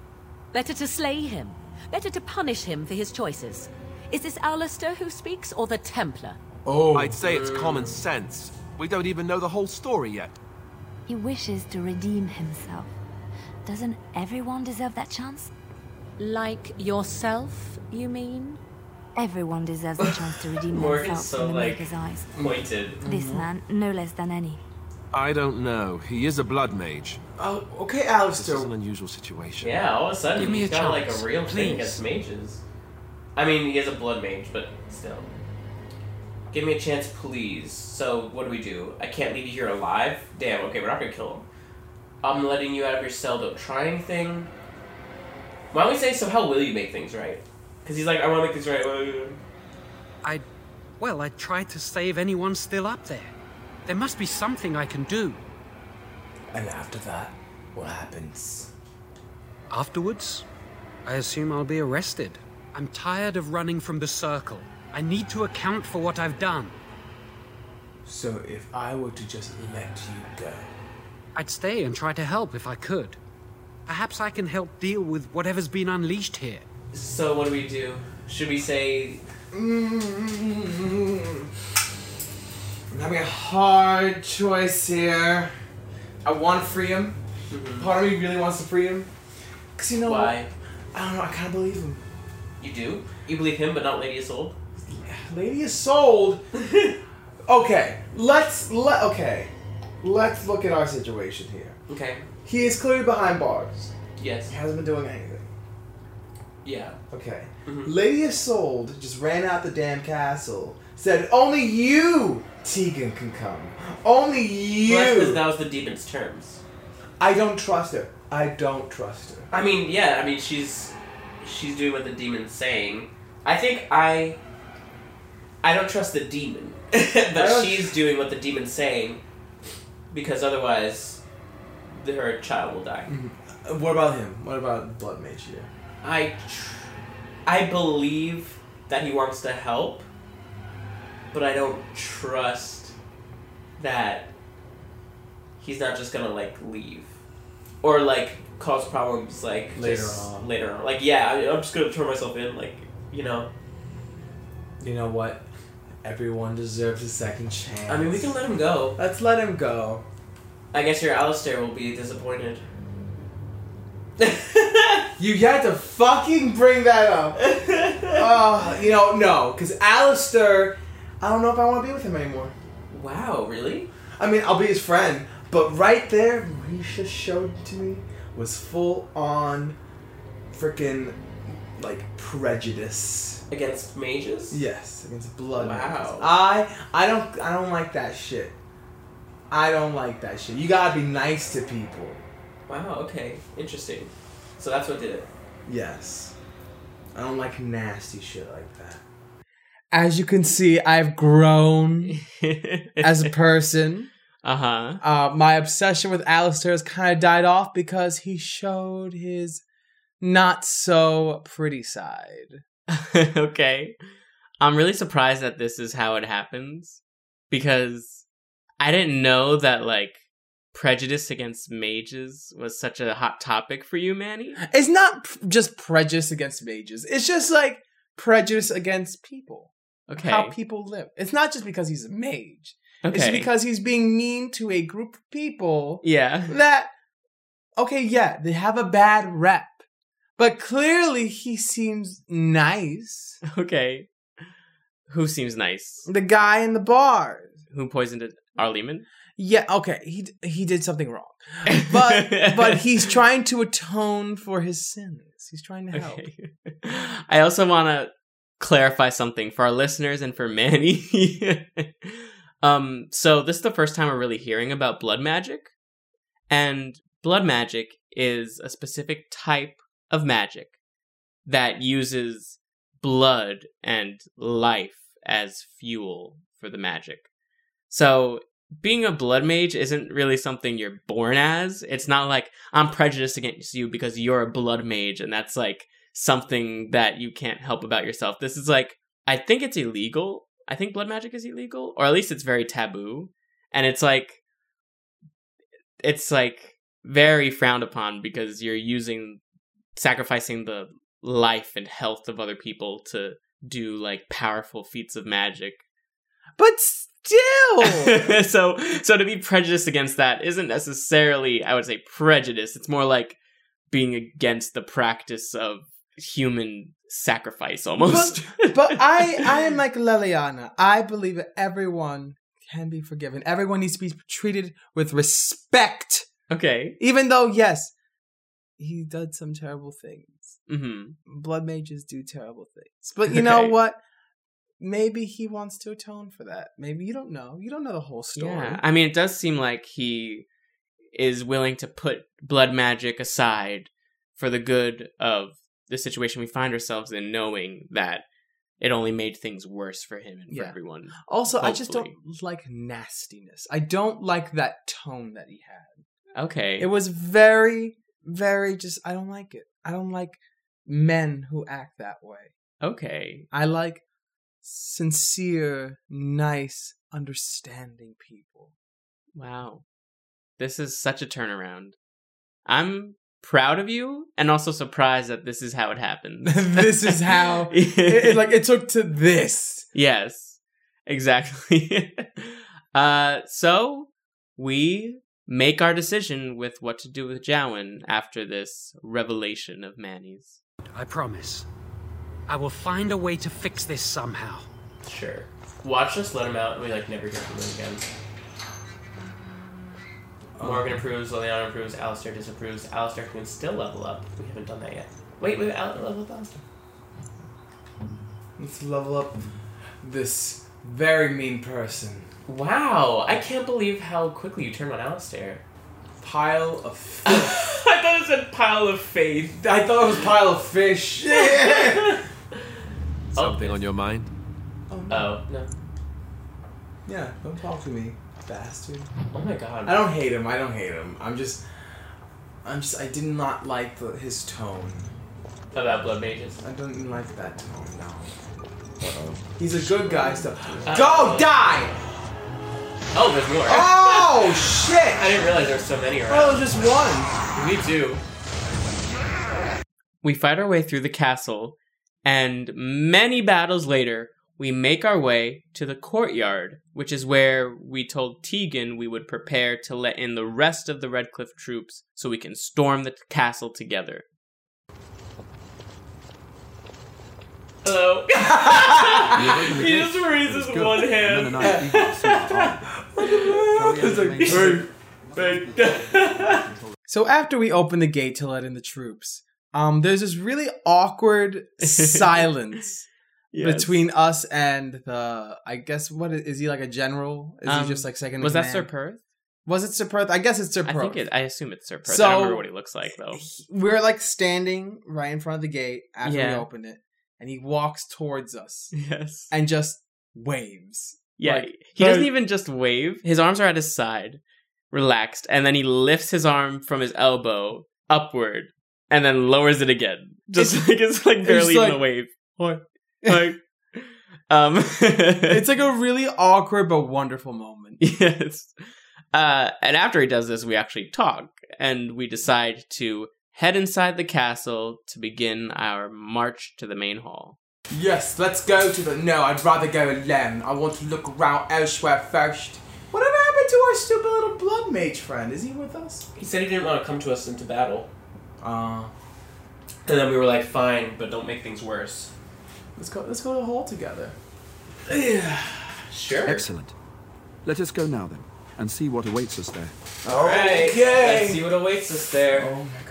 Speaker 5: Better to slay him. Better to punish him for his choices. Is this Alistair who speaks, or the Templar?
Speaker 17: Oh. I'd say it's common sense. We don't even know the whole story yet.
Speaker 18: He wishes to redeem himself. Doesn't everyone deserve that chance?
Speaker 5: Like yourself, you mean?
Speaker 18: Everyone deserves a chance to redeem themselves
Speaker 4: Morgan's so
Speaker 18: in the
Speaker 4: like mm-hmm.
Speaker 18: Maker's eyes.
Speaker 4: pointed.
Speaker 18: This man, no less than any.
Speaker 19: I don't know. He is a blood mage.
Speaker 13: Oh, okay,
Speaker 19: This
Speaker 13: Alistair.
Speaker 19: is an unusual situation.
Speaker 4: Yeah, all of a sudden
Speaker 9: Give me
Speaker 4: he's
Speaker 9: a
Speaker 4: got like
Speaker 9: chance,
Speaker 4: a real
Speaker 9: please.
Speaker 4: thing against mages. I mean, he is a blood mage, but still. Give me a chance, please. So, what do we do? I can't leave you here alive? Damn, okay, we're not gonna kill him. I'm letting you out of your cell, don't try anything. Why don't we say, so how will you make things right? Because he's like, I wanna make things right.
Speaker 9: I. Well, I tried to save anyone still up there. There must be something I can do.
Speaker 13: And after that, what happens?
Speaker 9: Afterwards, I assume I'll be arrested. I'm tired of running from the circle. I need to account for what I've done.
Speaker 13: So if I were to just let you go,
Speaker 9: I'd stay and try to help if I could. Perhaps I can help deal with whatever's been unleashed here.
Speaker 4: So, what do we do? Should we say,
Speaker 13: Mm-hmm. I'm having a hard choice here. I want to free him. Part of me really wants to free him. Cause you know
Speaker 4: Mm-hmm. Why?
Speaker 13: What? I don't know. I kind of believe him.
Speaker 4: you do? You believe him, but not Lady Isolde?
Speaker 13: Lady is sold. okay, let's let. Okay, let's look at our situation here.
Speaker 4: Okay,
Speaker 13: He is clearly behind bars.
Speaker 4: yes,
Speaker 13: He hasn't been doing anything.
Speaker 4: yeah.
Speaker 13: Okay. Lady Isolde just ran out the damn castle. Said, "Only you, Tegan, can come. Only you."
Speaker 4: Well, that's 'cause that was the demon's terms.
Speaker 13: I don't trust her. I don't trust her.
Speaker 4: I mean, yeah. I mean, she's she's doing what the demon's saying. I think I I don't trust the demon,
Speaker 13: I
Speaker 4: but
Speaker 13: don't-
Speaker 4: she's doing what the demon's saying because otherwise, the, her child will die.
Speaker 13: Uh, What about him? What about Blood Mage here?
Speaker 4: I tr- I believe that he wants to help, but I don't trust that he's not just gonna like leave or like cause problems like
Speaker 13: Later
Speaker 4: just
Speaker 13: on.
Speaker 4: Later on, like yeah, I, I'm just gonna turn myself in, like you know.
Speaker 13: You know what? Everyone deserves a second chance.
Speaker 4: I mean, we can let him go.
Speaker 13: Let's let him go.
Speaker 4: I guess your Alistair will be disappointed.
Speaker 13: You had to fucking bring that up. Oh, you know, no, because Alistair, I don't know if I want to be with him anymore.
Speaker 4: wow, really?
Speaker 13: I mean, I'll be his friend, but right there, what he just showed to me was full on freaking like prejudice.
Speaker 4: Against mages?
Speaker 13: Yes, against blood.
Speaker 4: Wow.
Speaker 13: mages. I I don't I don't like that shit. I don't like that shit. You gotta be nice to people.
Speaker 4: Wow. Okay. Interesting. So that's what did it.
Speaker 13: Yes. I don't like nasty shit like that.
Speaker 2: As you can see, I've grown as a person.
Speaker 1: Uh huh.
Speaker 2: Uh, my obsession with Alistair has kind of died off because he showed his not so pretty side.
Speaker 1: okay. I'm really surprised that this is how it happens because I didn't know that like prejudice against mages was such a hot topic for you, Manny.
Speaker 2: It's not p- just prejudice against mages, it's just like prejudice against people.
Speaker 1: Okay.
Speaker 2: How people live. It's not just because he's a mage, it's
Speaker 1: Okay.
Speaker 2: because he's being mean to a group of people
Speaker 1: yeah.
Speaker 2: that okay yeah they have a bad rep but clearly he seems nice
Speaker 1: Okay. Who seems nice?
Speaker 2: the guy in the bars
Speaker 1: who poisoned it? Arleman?
Speaker 2: Yeah, okay. He d- he did something wrong. But but he's trying to atone for his sins. He's trying to help.
Speaker 1: I also want to clarify something for our listeners and for Manny. um, so this is the first time we're really hearing about blood magic, and blood magic is a specific type of magic that uses blood and life as fuel for the magic. So being a blood mage isn't really something you're born as. It's not like I'm prejudiced against you because you're a blood mage and that's like something that you can't help about yourself. This is like I think it's illegal. I think blood magic is illegal or at least it's very taboo and it's like it's like very frowned upon because you're using sacrificing the life and health of other people to do like powerful feats of magic.
Speaker 2: But still,
Speaker 1: so so to be prejudiced against that isn't necessarily I would say prejudice. It's more like being against the practice of human sacrifice almost.
Speaker 2: But, but I I am like Leliana. I believe that everyone can be forgiven. Everyone needs to be treated with respect.
Speaker 1: Okay.
Speaker 2: Even though yes, he did some terrible things.
Speaker 1: Mm-hmm.
Speaker 2: Blood mages do terrible things. But you know
Speaker 1: Okay.
Speaker 2: what? Maybe he wants to atone for that. Maybe you don't know. You don't know the whole story.
Speaker 1: Yeah. I mean, it does seem like he is willing to put blood magic aside for the good of the situation we find ourselves in, knowing that it only made things worse for him and for
Speaker 2: Yeah.
Speaker 1: everyone.
Speaker 2: also, I just
Speaker 1: hopefully.
Speaker 2: don't like nastiness. I don't like that tone that he had.
Speaker 1: Okay.
Speaker 2: It was very, very just. I don't like it. I don't like men who act that way.
Speaker 1: okay.
Speaker 2: I like sincere, nice, understanding people.
Speaker 1: Wow. This is such a turnaround. I'm proud of you and also surprised that this is how it happened.
Speaker 2: this is how it, it- like it took to this.
Speaker 1: Yes, exactly. uh, so we make our decision with what to do with Jowen after this revelation of Manny's.
Speaker 5: I promise. I will find a way to fix this somehow.
Speaker 4: Sure. Watch us let him out, and we like never hear from him again. Morgan approves, Liliana approves, Alistair disapproves. Alistair can still level up. We haven't done that yet. Wait, wait, Al- level up Alistair.
Speaker 7: Let's level up this very mean person.
Speaker 4: Wow, I can't believe how quickly you turned on Alistair.
Speaker 7: Pile of filth.
Speaker 4: I thought it said pile of faith.
Speaker 7: I thought it was pile of fish.
Speaker 13: Something on your mind?
Speaker 4: Oh, no.
Speaker 7: Yeah, don't talk to me, bastard.
Speaker 4: Oh my god.
Speaker 7: I don't hate him. I don't hate him. I'm just, I'm just. I did not like the, his tone.
Speaker 4: About blood mages.
Speaker 7: I didn't like that tone. No. He's a good guy. Still. Go
Speaker 4: Uh-oh.
Speaker 7: die.
Speaker 4: Oh, there's more.
Speaker 7: Oh shit.
Speaker 4: I didn't realize there were so many around.
Speaker 7: Oh, just one.
Speaker 4: Me too.
Speaker 1: We fight our way through the castle, and many battles later, we make our way to the courtyard, which is where we told Tegan we would prepare to let in the rest of the Redcliffe troops so we can storm the castle together.
Speaker 4: Hello. he just raises one hand.
Speaker 2: So after we open the gate to let in the troops, um, there's this really awkward silence
Speaker 1: Yes.
Speaker 2: between us and the. I guess what is, is he like a general? Is
Speaker 1: Um,
Speaker 2: he just like second? in
Speaker 1: Was that Sir
Speaker 2: command?
Speaker 1: Perth?
Speaker 2: Was it Sir Perth? I guess it's Sir Perth.
Speaker 1: I think it. I assume it's Sir Perth. I
Speaker 2: So-
Speaker 1: don't remember what he looks like though.
Speaker 2: We're like standing right in front of the gate after we
Speaker 1: Yeah.
Speaker 2: opened it, and he walks towards us
Speaker 1: Yes.
Speaker 2: and just waves.
Speaker 1: Yeah.
Speaker 2: Like,
Speaker 1: he doesn't
Speaker 2: hey.
Speaker 1: even just wave. His arms are at his side, relaxed, and then he lifts his arm from his elbow upward and then lowers it again. Just like it's like
Speaker 2: it's
Speaker 1: barely
Speaker 2: like-
Speaker 1: in the wave. Like, um
Speaker 2: It's like a really awkward but wonderful moment.
Speaker 1: Yes. Uh, and after he does this, we actually talk and we decide to head inside the castle to begin our march to the main hall.
Speaker 7: Yes, let's go to the. No, I'd rather go alone. I want to look around elsewhere first. Whatever happened to our stupid little blood mage friend? Is he with us?
Speaker 4: He said he didn't want to come to us into battle.
Speaker 7: Uh,
Speaker 4: And then we were like, fine, but don't make things worse.
Speaker 7: let's go. Let's go to the hall together.
Speaker 4: Sure.
Speaker 6: Excellent.
Speaker 20: Let us go now, then, and see what awaits us there.
Speaker 4: All right.
Speaker 21: Okay.
Speaker 4: Let's see what awaits us there.
Speaker 21: Oh my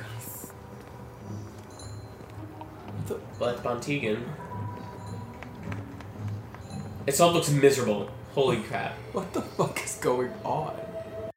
Speaker 4: god. But Bontegan. It all looks miserable. Holy crap.
Speaker 21: What the fuck is going on?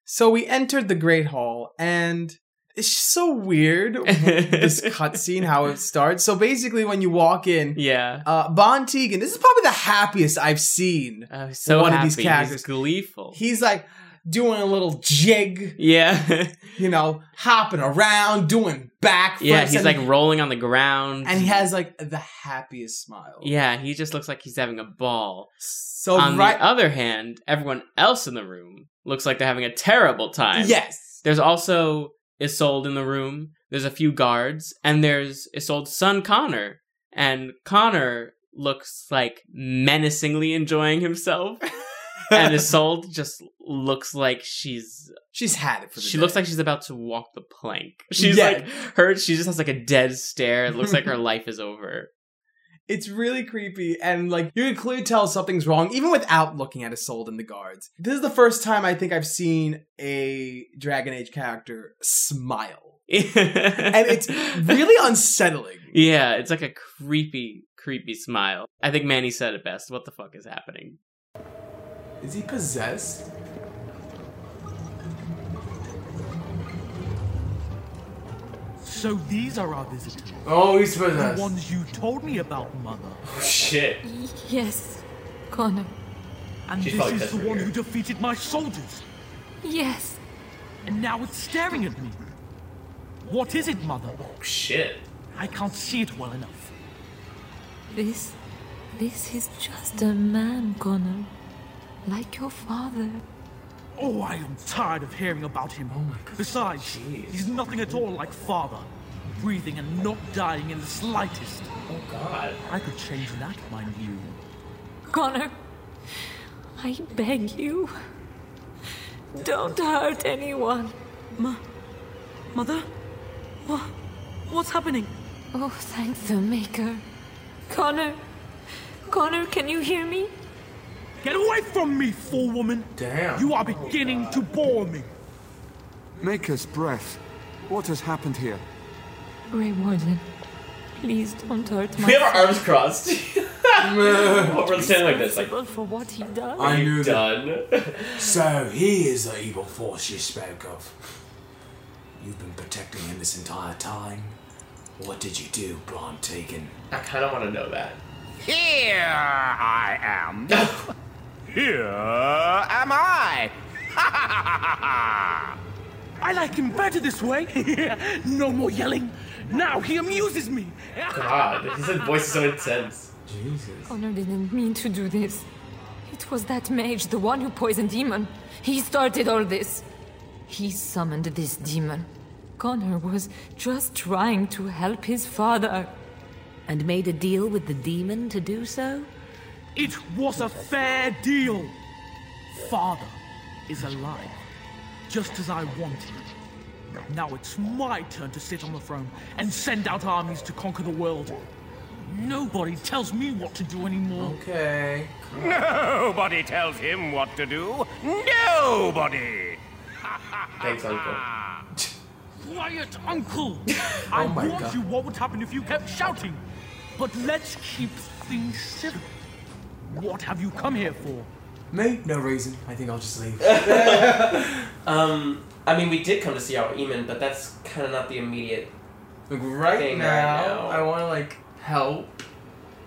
Speaker 2: So we entered the Great Hall, and it's just so weird this cutscene how it starts. So basically, when you walk in,
Speaker 1: yeah,
Speaker 2: uh, Bon Tegan, this is probably the happiest I've seen.
Speaker 7: Uh,
Speaker 1: Oh, he's so
Speaker 2: Uh, one
Speaker 1: happy.
Speaker 2: of these characters.
Speaker 1: He's gleeful.
Speaker 2: He's like doing a little jig,
Speaker 1: Yeah.
Speaker 2: you know, hopping around, doing backflips.
Speaker 1: yeah, he's
Speaker 2: and-
Speaker 1: like rolling on the ground.
Speaker 2: and he has like the happiest smile.
Speaker 1: yeah, he just looks like he's having a ball.
Speaker 2: So
Speaker 1: on
Speaker 2: Oh, right,
Speaker 1: the other hand, everyone else in the room looks like they're having a terrible time.
Speaker 2: Yes.
Speaker 1: There's also Isolde in the room. There's a few guards, and there's Isolde's son Connor. And Connor looks like menacingly enjoying himself. and Isolde just looks like she's
Speaker 2: she's had it for the
Speaker 1: she
Speaker 2: day.
Speaker 1: looks like she's about to walk the plank. She's
Speaker 2: Yeah.
Speaker 1: like her she just has like a dead stare. It looks like her life is over.
Speaker 2: It's really creepy, and like you can clearly tell something's wrong even without looking at Isolde and the guards. This is the first time I think I've seen a Dragon Age character smile, and it's really unsettling.
Speaker 1: Yeah, it's like a creepy, creepy smile. I think Manny said it best. What the fuck is happening?
Speaker 21: Is he possessed?
Speaker 13: So these are our visitors.
Speaker 21: Oh, he's possessed.
Speaker 13: The ones you told me about, Mother.
Speaker 4: Oh, shit.
Speaker 9: Yes, Connor.
Speaker 13: And
Speaker 9: She's
Speaker 13: this
Speaker 9: probably
Speaker 13: is
Speaker 9: possessed
Speaker 13: the
Speaker 9: right
Speaker 13: one who defeated my soldiers.
Speaker 9: Yes.
Speaker 13: And now it's staring at me. What is it, Mother? Oh,
Speaker 4: shit.
Speaker 13: I can't see it well enough.
Speaker 9: This. This is just a man, Connor. Like your father.
Speaker 13: Oh, I am tired of hearing about him. Oh my God. Besides, he's nothing at all like Father. Breathing and not dying in the slightest. Oh,
Speaker 4: God.
Speaker 13: I could change that, mind you.
Speaker 9: Connor, I beg you. Don't hurt anyone.
Speaker 13: Ma- Mother? What? What's happening?
Speaker 9: Oh, thank the Maker. Connor. Connor, can you hear me?
Speaker 13: Get away from me, fool woman!
Speaker 21: Damn.
Speaker 13: You are beginning to bore me.
Speaker 20: Maker's breath. What has happened here?
Speaker 9: Grey Warden, please don't hurt my
Speaker 4: We have our arms crossed. But we're standing like this, like,
Speaker 9: responsible for what he does.
Speaker 4: are you done?
Speaker 21: so he is the evil force you spoke of. You've been protecting him this entire time. What did you do, Brontaken?
Speaker 4: I kind of want to know that.
Speaker 6: Here I am. Here am I.
Speaker 13: I like him better this way. no more yelling. Now he amuses me.
Speaker 4: God, he said voice is so intense. Jesus.
Speaker 9: Connor didn't mean to do this. It was that mage, the one who poisoned Demon. He started all this. He summoned this demon. Connor was just trying to help his father.
Speaker 5: And made a deal with the demon to do so?
Speaker 13: It was a fair deal. Father is alive, just as I wanted. Now it's my turn to sit on the throne and send out armies to conquer the world. Nobody tells me what to do anymore.
Speaker 21: Okay.
Speaker 6: Nobody tells him what to do. Nobody.
Speaker 4: Thanks, Uncle.
Speaker 13: Quiet, Uncle! I
Speaker 6: my
Speaker 13: warned
Speaker 6: God.
Speaker 13: you what would happen if you kept shouting. But let's keep things civil. What have you come here for?
Speaker 21: Me? No reason. I think I'll just leave.
Speaker 4: Um, I mean, we did come to see our Eamon, but that's kind of not the immediate
Speaker 21: Like, right
Speaker 4: thing
Speaker 21: now,
Speaker 4: right now.
Speaker 21: I want to like help.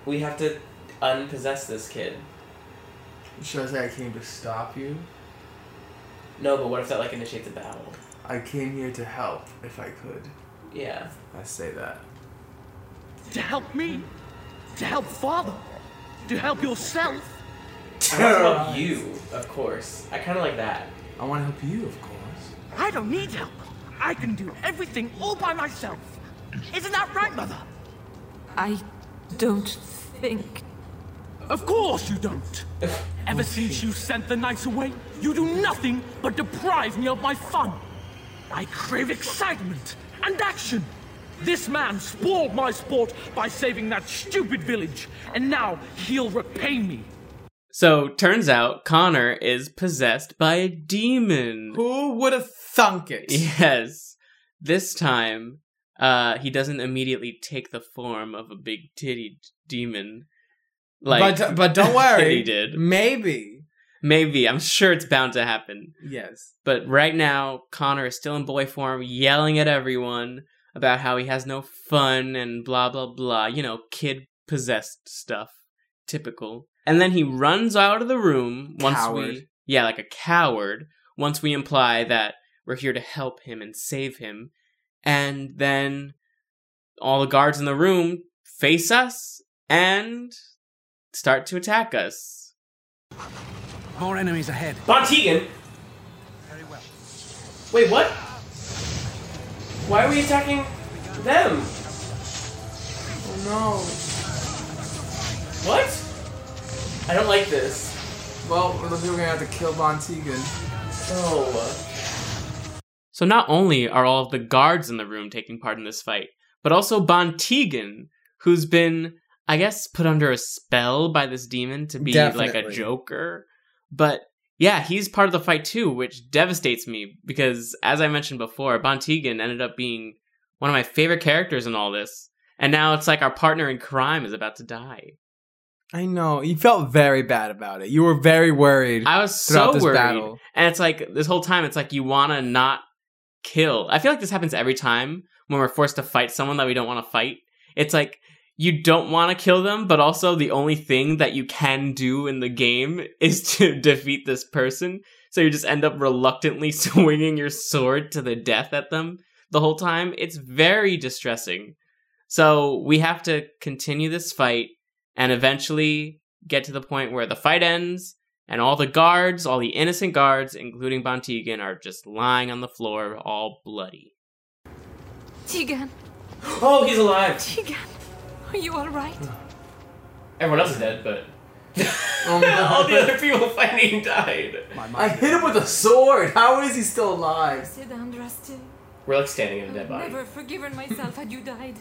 Speaker 4: We have to unpossess this kid.
Speaker 21: Should I say I came to stop you?
Speaker 4: No, but what if that like initiates a battle?
Speaker 21: I came here to help if I could.
Speaker 4: Yeah.
Speaker 21: I say that.
Speaker 13: To help me? To help Father? To help yourself?
Speaker 4: I want to help you, of course. I kind of like that.
Speaker 21: I want to help you, of course.
Speaker 13: I don't need help. I can do everything all by myself. Isn't that right, Mother?
Speaker 9: I don't think.
Speaker 13: Of course you don't. Ever since you sent the knights away, you do nothing but deprive me of my fun. I crave excitement and action. This man spoiled my sport by saving that stupid village, and now he'll repay me.
Speaker 1: So turns out Connor is possessed by a demon.
Speaker 2: Who would have thunk it?
Speaker 1: Yes. This time, uh, he doesn't immediately take the form of a big titty demon. Like,
Speaker 2: but but don't worry,
Speaker 1: he did.
Speaker 2: Maybe
Speaker 1: Maybe I'm sure it's bound to happen.
Speaker 2: yes.
Speaker 1: But right now, Connor is still in boy form, yelling at everyone about how he has no fun and blah, blah, blah. You know, kid possessed stuff. Typical. And then he runs out of the room once
Speaker 2: Coward.
Speaker 1: we. Yeah, like a coward. Once we imply that we're here to help him and save him. And then all the guards in the room face us and start to attack us.
Speaker 5: More enemies ahead.
Speaker 22: Bontegan?
Speaker 5: Very well.
Speaker 22: Wait, what? Why are we attacking them?
Speaker 2: Oh
Speaker 22: What? I don't like this.
Speaker 2: no. Well, it looks like we're gonna have to kill Von Tegan.
Speaker 22: Oh.
Speaker 1: So not only are all of the guards in the room taking part in this fight, but also Bontegan, who's been, I guess, put under a spell by this demon to be like a
Speaker 2: Definitely.
Speaker 1: joker. But yeah, he's part of the fight too, which devastates me because, as I mentioned before, Bontegan ended up being one of my favorite characters in all this. And now it's like our partner in crime is about to die.
Speaker 2: I know. You felt very bad about it. You were very worried.
Speaker 1: I was so
Speaker 2: throughout this
Speaker 1: worried.
Speaker 2: battle.
Speaker 1: And it's like this whole time, it's like you want to not kill. I feel like this happens every time when we're forced to fight someone that we don't want to fight. It's like you don't want to kill them, but also the only thing that you can do in the game is to defeat this person. So you just end up reluctantly swinging your sword to the death at them the whole time. It's very distressing. So we have to continue this fight and eventually get to the point where the fight ends and all the guards, all the innocent guards, including Bontegan, are just lying on the floor, all bloody.
Speaker 9: Tegan,
Speaker 22: Oh, he's alive. Hmm.
Speaker 9: Tegan, are you all right?
Speaker 22: Everyone else is dead, but. All the other people fighting died.
Speaker 7: I hit him with a sword. How is he still alive?
Speaker 9: Sit down, Rusty.
Speaker 22: We're like standing in a dead body.
Speaker 9: Never forgiven myself had you died.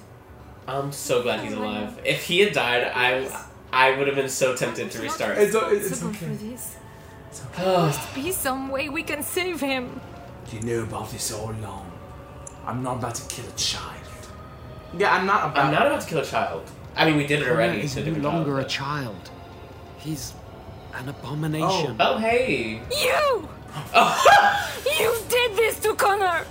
Speaker 22: I'm so glad
Speaker 2: Oh,
Speaker 22: he's alive. If he had died, I I would have been so tempted to restart.
Speaker 7: It's, it's, it's
Speaker 9: Responsible
Speaker 7: okay.
Speaker 9: for this. There must be some way we can save him.
Speaker 7: You knew about this all along. I'm not about to kill a child.
Speaker 2: Yeah, I'm not
Speaker 22: I'm not about to kill a child. I mean, we did it
Speaker 5: Connor
Speaker 22: already.
Speaker 5: is
Speaker 22: so
Speaker 5: no
Speaker 22: did we not?
Speaker 5: longer a child. He's an abomination.
Speaker 22: Oh, hey.
Speaker 9: You! you did this to Connor!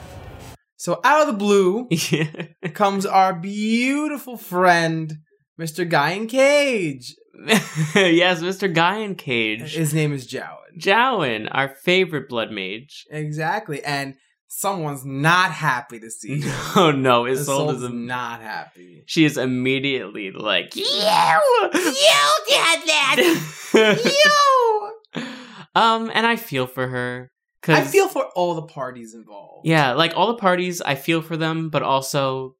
Speaker 2: So out of the blue comes our beautiful friend, Mr. Guy in Cage.
Speaker 1: yes, Mr. Guy in Cage.
Speaker 2: His name is Jowen.
Speaker 1: Jowen, our favorite blood mage.
Speaker 2: Exactly. And someone's not happy to see him.
Speaker 1: Oh no, his soul
Speaker 2: Isolde's
Speaker 1: is a-
Speaker 2: not happy.
Speaker 1: she is immediately like
Speaker 9: did that!
Speaker 1: you. um, and I feel for her. 'cause-
Speaker 2: I feel for all the parties involved.
Speaker 1: yeah, like all the parties, I feel for them, but also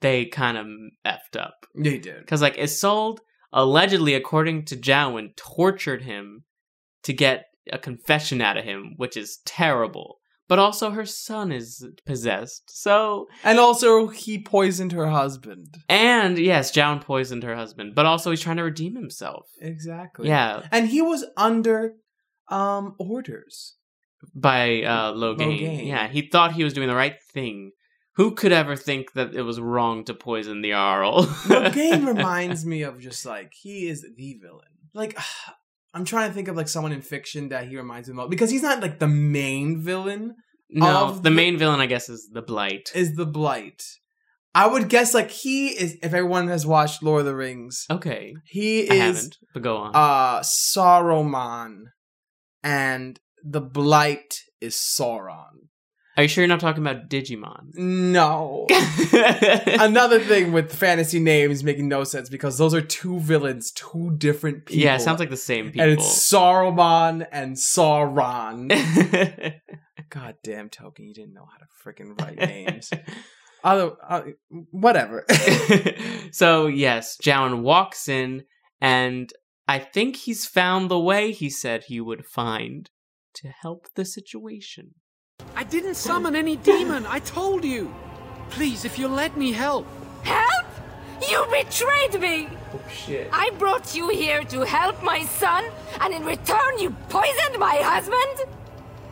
Speaker 1: they kind of effed up.
Speaker 2: They did.
Speaker 1: Because, like, Isolde allegedly, according to Jowen, tortured him to get a confession out of him, which is terrible. But also, her son is possessed. So,
Speaker 2: And also, he poisoned her husband.
Speaker 1: and yes, Jowen poisoned her husband, but also he's trying to redeem himself.
Speaker 2: Exactly.
Speaker 1: Yeah,
Speaker 2: And he was under um orders.
Speaker 1: by uh, Logain.
Speaker 2: Logain.
Speaker 1: Yeah, he thought he was doing the right thing. Who could ever think that it was wrong to poison the Jarl?
Speaker 2: The game reminds me of just like he is the villain. Like I'm trying to think of like someone in fiction that he reminds me of because he's not like the main villain.
Speaker 1: no,
Speaker 2: of
Speaker 1: the main villain, I guess, is the Blight.
Speaker 2: is the blight. I would guess like he is if everyone has watched Lord of the Rings,
Speaker 1: Okay,
Speaker 2: he
Speaker 1: Oh, I
Speaker 2: is
Speaker 1: haven't, but go on.
Speaker 2: uh Sauroman and the blight is Sauron.
Speaker 1: Are you sure you're not talking about Digimon?
Speaker 2: No. Another thing with fantasy names making no sense because those are two villains, two different people.
Speaker 1: Yeah, it sounds like the same people.
Speaker 2: And it's Saruman and Sauron. God damn, Token, you didn't know how to freaking write names. Other, uh, whatever.
Speaker 1: so yes, Jowen walks in, and I think he's found the way he said he would find to help the situation.
Speaker 5: I didn't summon any demon, I told you. Please, if you'll let me help.
Speaker 9: Help! You betrayed me!
Speaker 4: Oh shit.
Speaker 9: I brought you here to help my son, and in return, you poisoned my husband?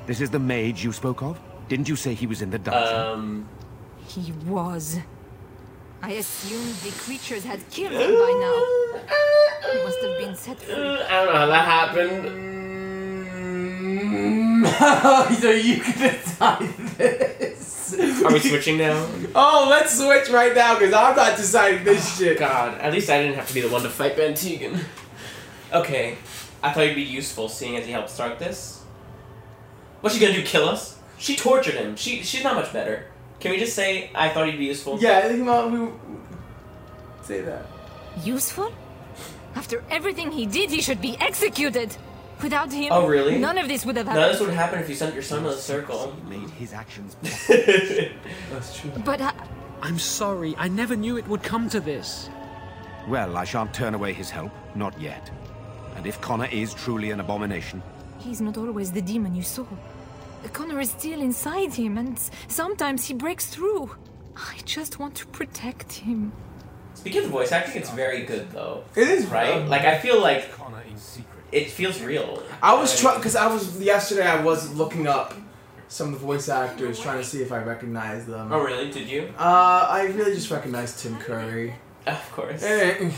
Speaker 6: This is the mage you spoke of? Didn't you say he was in the dungeon?
Speaker 4: Um.
Speaker 9: He was. I assumed the creatures had killed him by now. He must have been set free.
Speaker 4: I don't know how that happened. Mm.
Speaker 2: so you can decide this.
Speaker 4: Are we switching now?
Speaker 2: Oh, let's switch right now because I'm not deciding this shit.
Speaker 4: Oh, God, at least I didn't have to be the one to fight Van Tegan. Okay, I thought you'd be useful seeing as he helped start this. What's she gonna do? Kill us? She tortured him. She she's not much better. Can we just say I thought he'd be useful?
Speaker 2: Yeah, I think about we say that.
Speaker 9: Useful? After everything he did, he should be executed. Without him,
Speaker 4: Oh really?
Speaker 9: none of this would have happened.
Speaker 4: None of this would happen if you sent your son to the circle.
Speaker 6: Made his actions.
Speaker 13: That's true.
Speaker 9: But uh, I,
Speaker 13: I'm sorry, I never knew it would come to this.
Speaker 6: Well, I shan't turn away his help, not yet. And if Connor is truly an abomination,
Speaker 9: he's not always the demon you saw. Connor is still inside him, and s- sometimes he breaks through. I just want to protect him.
Speaker 4: Speaking of voice acting, it's very good though.
Speaker 2: It is
Speaker 4: right. Like I feel like it feels real.
Speaker 2: I was trying because I was yesterday. I was looking up some of the voice actors trying to see if I recognize them.
Speaker 4: Oh really? Did you?
Speaker 2: Uh, I really just recognized Tim Curry.
Speaker 4: Of course.
Speaker 2: Eh.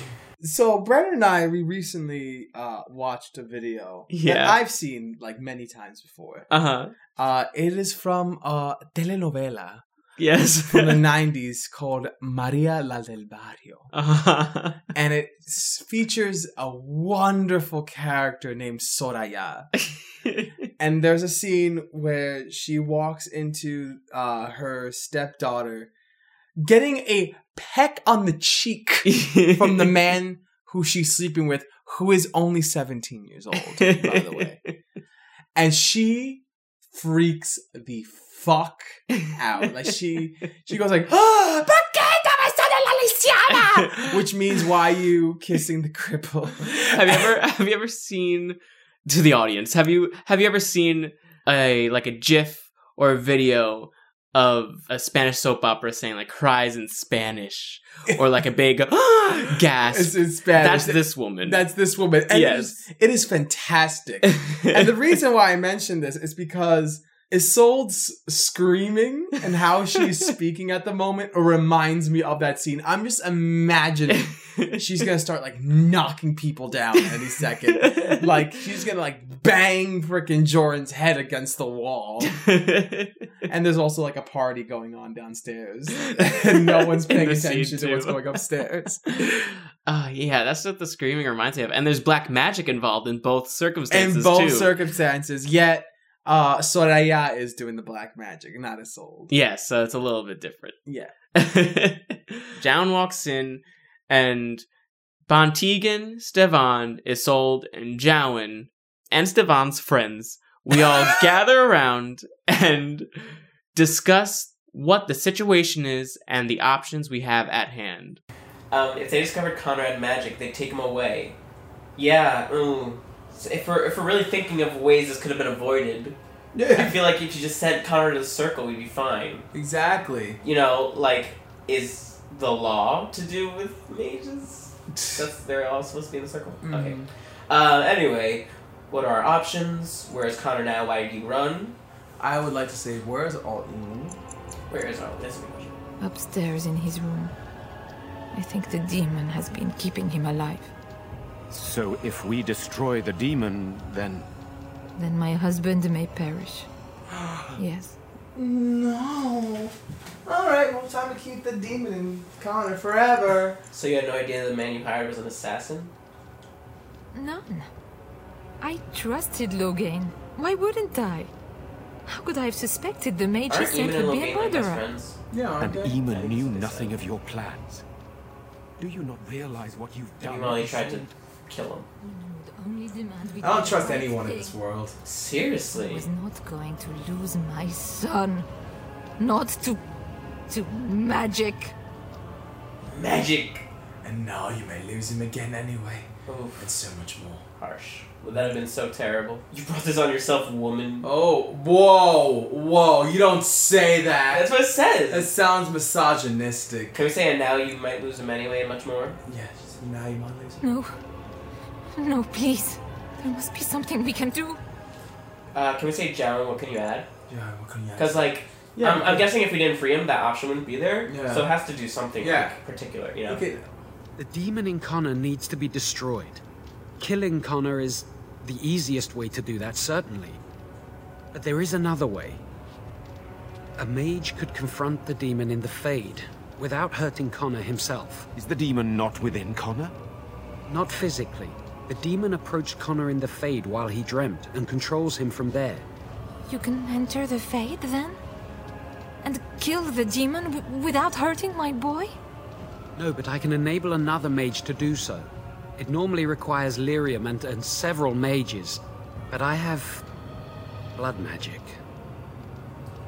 Speaker 2: So Brennan and I, we recently uh, watched a video that
Speaker 1: Yeah.
Speaker 2: I've seen like many times before.
Speaker 1: Uh-huh.
Speaker 2: Uh, it is from a telenovela
Speaker 1: Yes.
Speaker 2: from the '90s called Maria la del Barrio,
Speaker 1: Uh-huh.
Speaker 2: and it s- features a wonderful character named Soraya. and there's a scene where she walks into uh, her stepdaughter, getting a peck on the cheek from the man who she's sleeping with, who is only 17 years old, by the way. And she freaks the fuck out. Like she she goes like, "Ah, ¿Por qué no me sale la lisiada?" which means why are you kissing the cripple?
Speaker 1: have you ever have you ever seen to the audience have you have you ever seen a like a gif or a video of a spanish soap opera saying like cries in spanish or like a big gasp
Speaker 2: It's in Spanish.
Speaker 1: that's this woman
Speaker 2: That's this woman. And
Speaker 1: Yes.
Speaker 2: yes. It is fantastic. and the reason why I mentioned this is because Isolde's screaming and how she's speaking at the moment reminds me of that scene. I'm just imagining she's gonna start like knocking people down any second. like she's gonna like bang frickin' Joran's head against the wall. and there's also like a party going on downstairs. and no one's
Speaker 1: In
Speaker 2: paying
Speaker 1: the scene,
Speaker 2: attention to what's
Speaker 1: too.
Speaker 2: going upstairs.
Speaker 1: Ah, yeah that's what the screaming reminds me of and there's black magic involved in both circumstances
Speaker 2: in both
Speaker 1: too.
Speaker 2: circumstances. Yet uh, Soraya is doing the black magic, not Isolde.
Speaker 1: yeah so it's a little bit different
Speaker 2: Yeah.
Speaker 1: Down walks in, and Bontegan, Stevan, Isolde, and Jowen, and Stevan's friends, we all gather around and discuss what the situation is and the options we have at hand.
Speaker 4: Um, if they discovered Conrad magic, they'd take him away. Yeah, ooh. So if we're if we're really thinking of ways this could have been avoided, I feel like if you just sent Conrad to the circle, we'd be fine.
Speaker 2: Exactly.
Speaker 4: You know, like is the law to do with mages? That's they're all supposed to be in the circle.
Speaker 2: Mm.
Speaker 4: Okay. Uh, anyway, what are our options? Where is Connor now? Why did he run?
Speaker 2: I would like to say, where's Alton?
Speaker 4: Where is our? That's a good question.
Speaker 9: Upstairs in his room. I think the demon has been keeping him alive.
Speaker 6: so if we destroy the demon, then
Speaker 9: Then my husband may perish. Yes.
Speaker 2: No. All right, well, time to keep the demon in Connor forever.
Speaker 4: So you had no idea the man you hired was an assassin?
Speaker 9: None. I trusted Logain. Why wouldn't I? How could I have suspected the mage he
Speaker 4: Aren't
Speaker 9: sent
Speaker 4: Eamon and
Speaker 9: would be
Speaker 4: Logain
Speaker 9: a
Speaker 4: like best
Speaker 9: murderer?
Speaker 4: friends?
Speaker 2: Yeah,
Speaker 6: and Eamon knew nothing of your plans. Do you not realize what you've done?
Speaker 4: Even only tried to kill him.
Speaker 2: I don't trust anyone in this world.
Speaker 9: I
Speaker 4: Seriously.
Speaker 9: was not going to lose my son. Not to. to magic.
Speaker 4: Magic.
Speaker 2: And now you may lose him again anyway.
Speaker 4: Oof.
Speaker 2: And so much more.
Speaker 4: Harsh. Would that have been so terrible? You brought this on yourself, woman.
Speaker 2: Oh, whoa, whoa, you don't say that.
Speaker 4: That's what it says.
Speaker 2: That sounds misogynistic.
Speaker 4: Can we say, and now you might lose him anyway, and much more?
Speaker 2: Yes, now you might lose him.
Speaker 9: No. No, please. There must be something we can do.
Speaker 4: Uh, can we say, John, what can you add?
Speaker 2: Yeah, what can you ask?
Speaker 4: Because, like,
Speaker 2: Yeah,
Speaker 4: I'm,
Speaker 2: we
Speaker 4: I'm
Speaker 2: could-
Speaker 4: guessing if we didn't free him, that option wouldn't be there.
Speaker 13: Yeah.
Speaker 4: So it has to do something
Speaker 13: Yeah.
Speaker 4: like, particular, you know?
Speaker 13: The demon in Connor needs to be destroyed. Killing Connor is the easiest way to do that, certainly. But there is another way. A mage could confront the demon in the Fade without hurting Connor himself.
Speaker 6: Is the demon not within Connor?
Speaker 13: Not physically. The demon approached Connor in the Fade while he dreamt and controls him from there.
Speaker 9: You can enter the Fade then? And kill the demon w- without hurting my boy?
Speaker 13: No, but I can enable another mage to do so. It normally requires lyrium and, and several mages, but I have blood magic.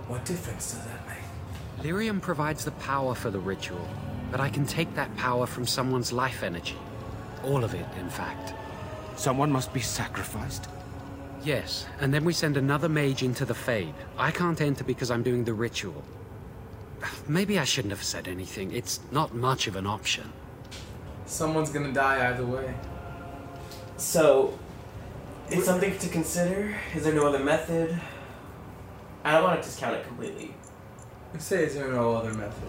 Speaker 2: What difference does that make?
Speaker 13: Lyrium provides the power for the ritual, but I can take that power from someone's life energy. All of it, in fact.
Speaker 6: Someone must be sacrificed.
Speaker 13: Yes, and then we send another mage into the Fade. I can't enter because I'm doing the ritual. Maybe I shouldn't have said anything. It's not much of an option.
Speaker 2: Someone's gonna die either way.
Speaker 4: So, it's something to consider. Is there no other method? I don't want to discount it completely.
Speaker 2: Say is there no other method?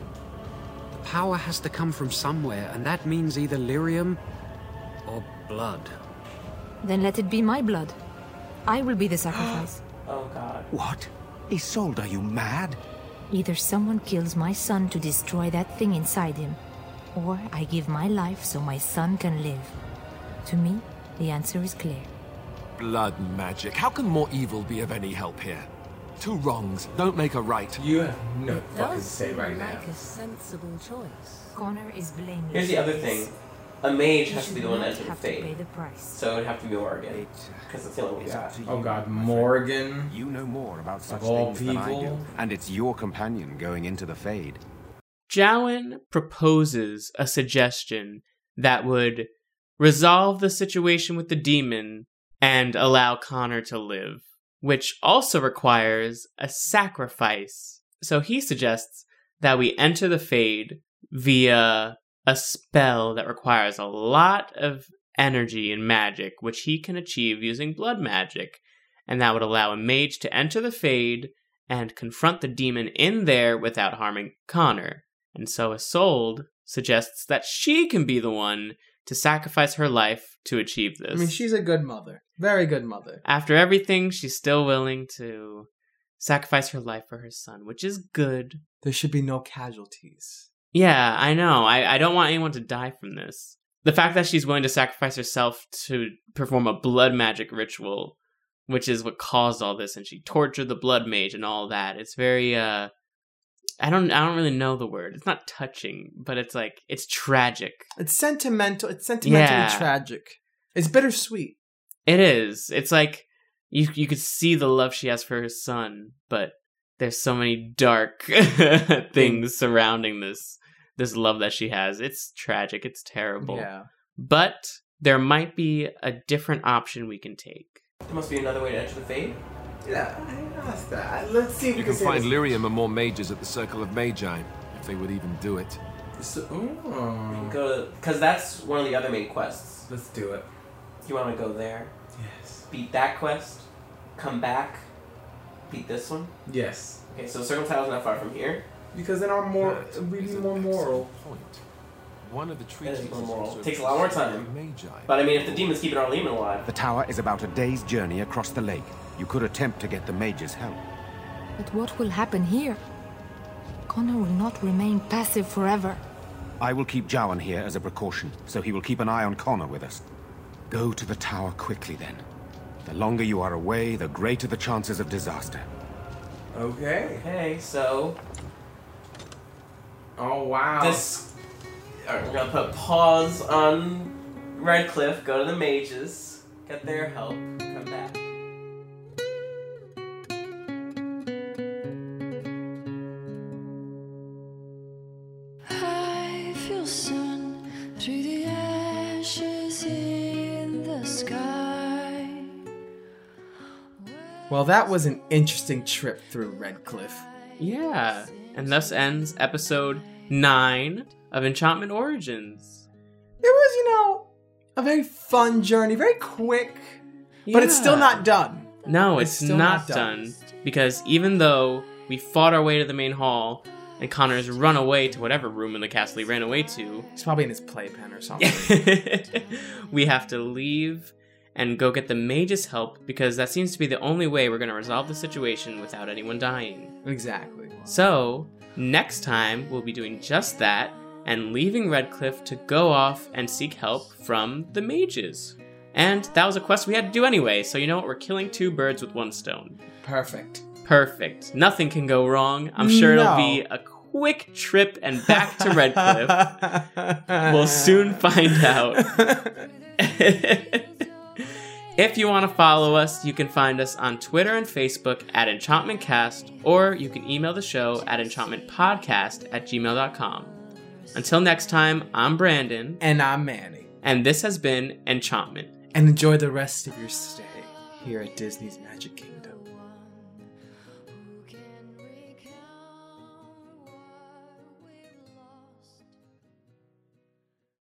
Speaker 13: The power has to come from somewhere, and that means either lyrium or blood.
Speaker 9: Then let it be my blood. I will be the sacrifice.
Speaker 4: Oh god.
Speaker 6: What? Isolde, are you mad?
Speaker 9: Either someone kills my son to destroy that thing inside him, or I give my life so my son can live. To me, the answer is clear.
Speaker 23: Blood magic. How can more evil be of any help here? Two wrongs don't make a right.
Speaker 2: You have no
Speaker 23: fucking
Speaker 2: say right now.
Speaker 24: a sensible choice.
Speaker 9: Connor is blameless.
Speaker 4: Here's the other thing. A mage has to be the one that
Speaker 9: that
Speaker 4: enters the
Speaker 9: have to pay
Speaker 4: fade.
Speaker 9: the price.
Speaker 4: So it would have to be Morgan. Because it's the only way we got.
Speaker 2: Oh god, Morgan.
Speaker 6: You know more about such
Speaker 2: Of all
Speaker 6: things than I do,
Speaker 2: people.
Speaker 6: and it's your companion going into the Fade.
Speaker 1: Jowen proposes a suggestion that would resolve the situation with the demon and allow Connor to live, which also requires a sacrifice. So he suggests that we enter the Fade via a spell that requires a lot of energy and magic, which he can achieve using blood magic, and that would allow a mage to enter the Fade and confront the demon in there without harming Connor. And so Isolde suggests that she can be the one to sacrifice her life to achieve this.
Speaker 25: I mean, she's a good mother. Very good mother.
Speaker 1: After everything, she's still willing to sacrifice her life for her son, which is good.
Speaker 25: There should be no casualties.
Speaker 1: Yeah, I know. I, I don't want anyone to die from this. The fact that she's willing to sacrifice herself to perform a blood magic ritual, which is what caused all this, and she tortured the blood mage and all that. It's very uh I don't I don't really know the word. It's not touching, but it's like it's tragic.
Speaker 25: It's sentimental. It's sentimentally
Speaker 1: Yeah.
Speaker 25: tragic. It's bittersweet.
Speaker 1: It is. It's like you you could see the love she has for her son, but there's so many dark things surrounding this this love that she has. It's tragic. It's terrible.
Speaker 25: Yeah.
Speaker 1: But there might be a different option we can take.
Speaker 4: There must be another way to enter the fade.
Speaker 2: Yeah, I asked that. Let's see if
Speaker 26: You
Speaker 2: we
Speaker 26: can
Speaker 2: say
Speaker 26: find
Speaker 2: this-
Speaker 26: Lyrium and more mages at the Circle of Magi, if they would even do it.
Speaker 2: So, ooh.
Speaker 4: Go because that's one of the other main quests.
Speaker 2: Let's do it.
Speaker 4: You want to go there,
Speaker 2: Yes.
Speaker 4: beat that quest, come back, beat this one.
Speaker 2: Yes.
Speaker 4: Okay, so Circle Tile's not far from here.
Speaker 2: Because then our more
Speaker 26: That
Speaker 2: we'd
Speaker 26: is
Speaker 2: be
Speaker 26: an
Speaker 2: more moral.
Speaker 26: Point. One of the
Speaker 4: That
Speaker 26: treaties
Speaker 4: is
Speaker 26: is also
Speaker 4: immoral. Takes a lot more time. But I mean, if the demon's keeping our Lehman alive,
Speaker 6: The tower is about a day's journey across the lake. You could attempt to get the mage's help.
Speaker 9: But what will happen here? Connor will not remain passive forever.
Speaker 6: I will keep Jowan here as a precaution, so he will keep an eye on Connor with us. Go to the tower quickly, then. The longer you are away, the greater the chances of disaster.
Speaker 2: Okay.
Speaker 4: okay. So
Speaker 2: Oh wow.
Speaker 4: this. All right, we're gonna put pause on Redcliffe. Go to the mages, get their help, come back.
Speaker 5: I feel sun through the ashes in the sky.
Speaker 2: Well, that was an interesting trip through Redcliffe.
Speaker 1: Yeah. And thus ends episode 9 of Enchantment Origins.
Speaker 2: It was, you know, a very fun journey, very quick, but it's still
Speaker 1: Yeah.
Speaker 2: not done.
Speaker 1: No, it's,
Speaker 2: still
Speaker 1: not,
Speaker 2: not
Speaker 1: done.
Speaker 2: done.
Speaker 1: because even though we fought our way to the main hall and Connor's run away to whatever room in the castle he ran away to,
Speaker 2: It's probably in his playpen or something.
Speaker 1: we have to leave and go get the mage's help because that seems to be the only way we're going to resolve the situation without anyone dying.
Speaker 2: Exactly.
Speaker 1: So, next time we'll be doing just that and leaving Redcliffe to go off and seek help from the mages. And that was a quest we had to do anyway, so you know what? We're killing two birds with one stone.
Speaker 2: Perfect.
Speaker 1: Perfect. Nothing can go wrong. I'm sure it'll be a quick trip and back to Redcliffe. we'll soon find out. if you want to follow us, you can find us on Twitter and Facebook at EnchantmentCast, or you can email the show at enchantmentpodcast at gmail.com. Until next time, I'm Brandon.
Speaker 2: And I'm Manny.
Speaker 1: And this has been Enchantment.
Speaker 2: And enjoy the rest of your stay here at Disney's Magic Kingdom.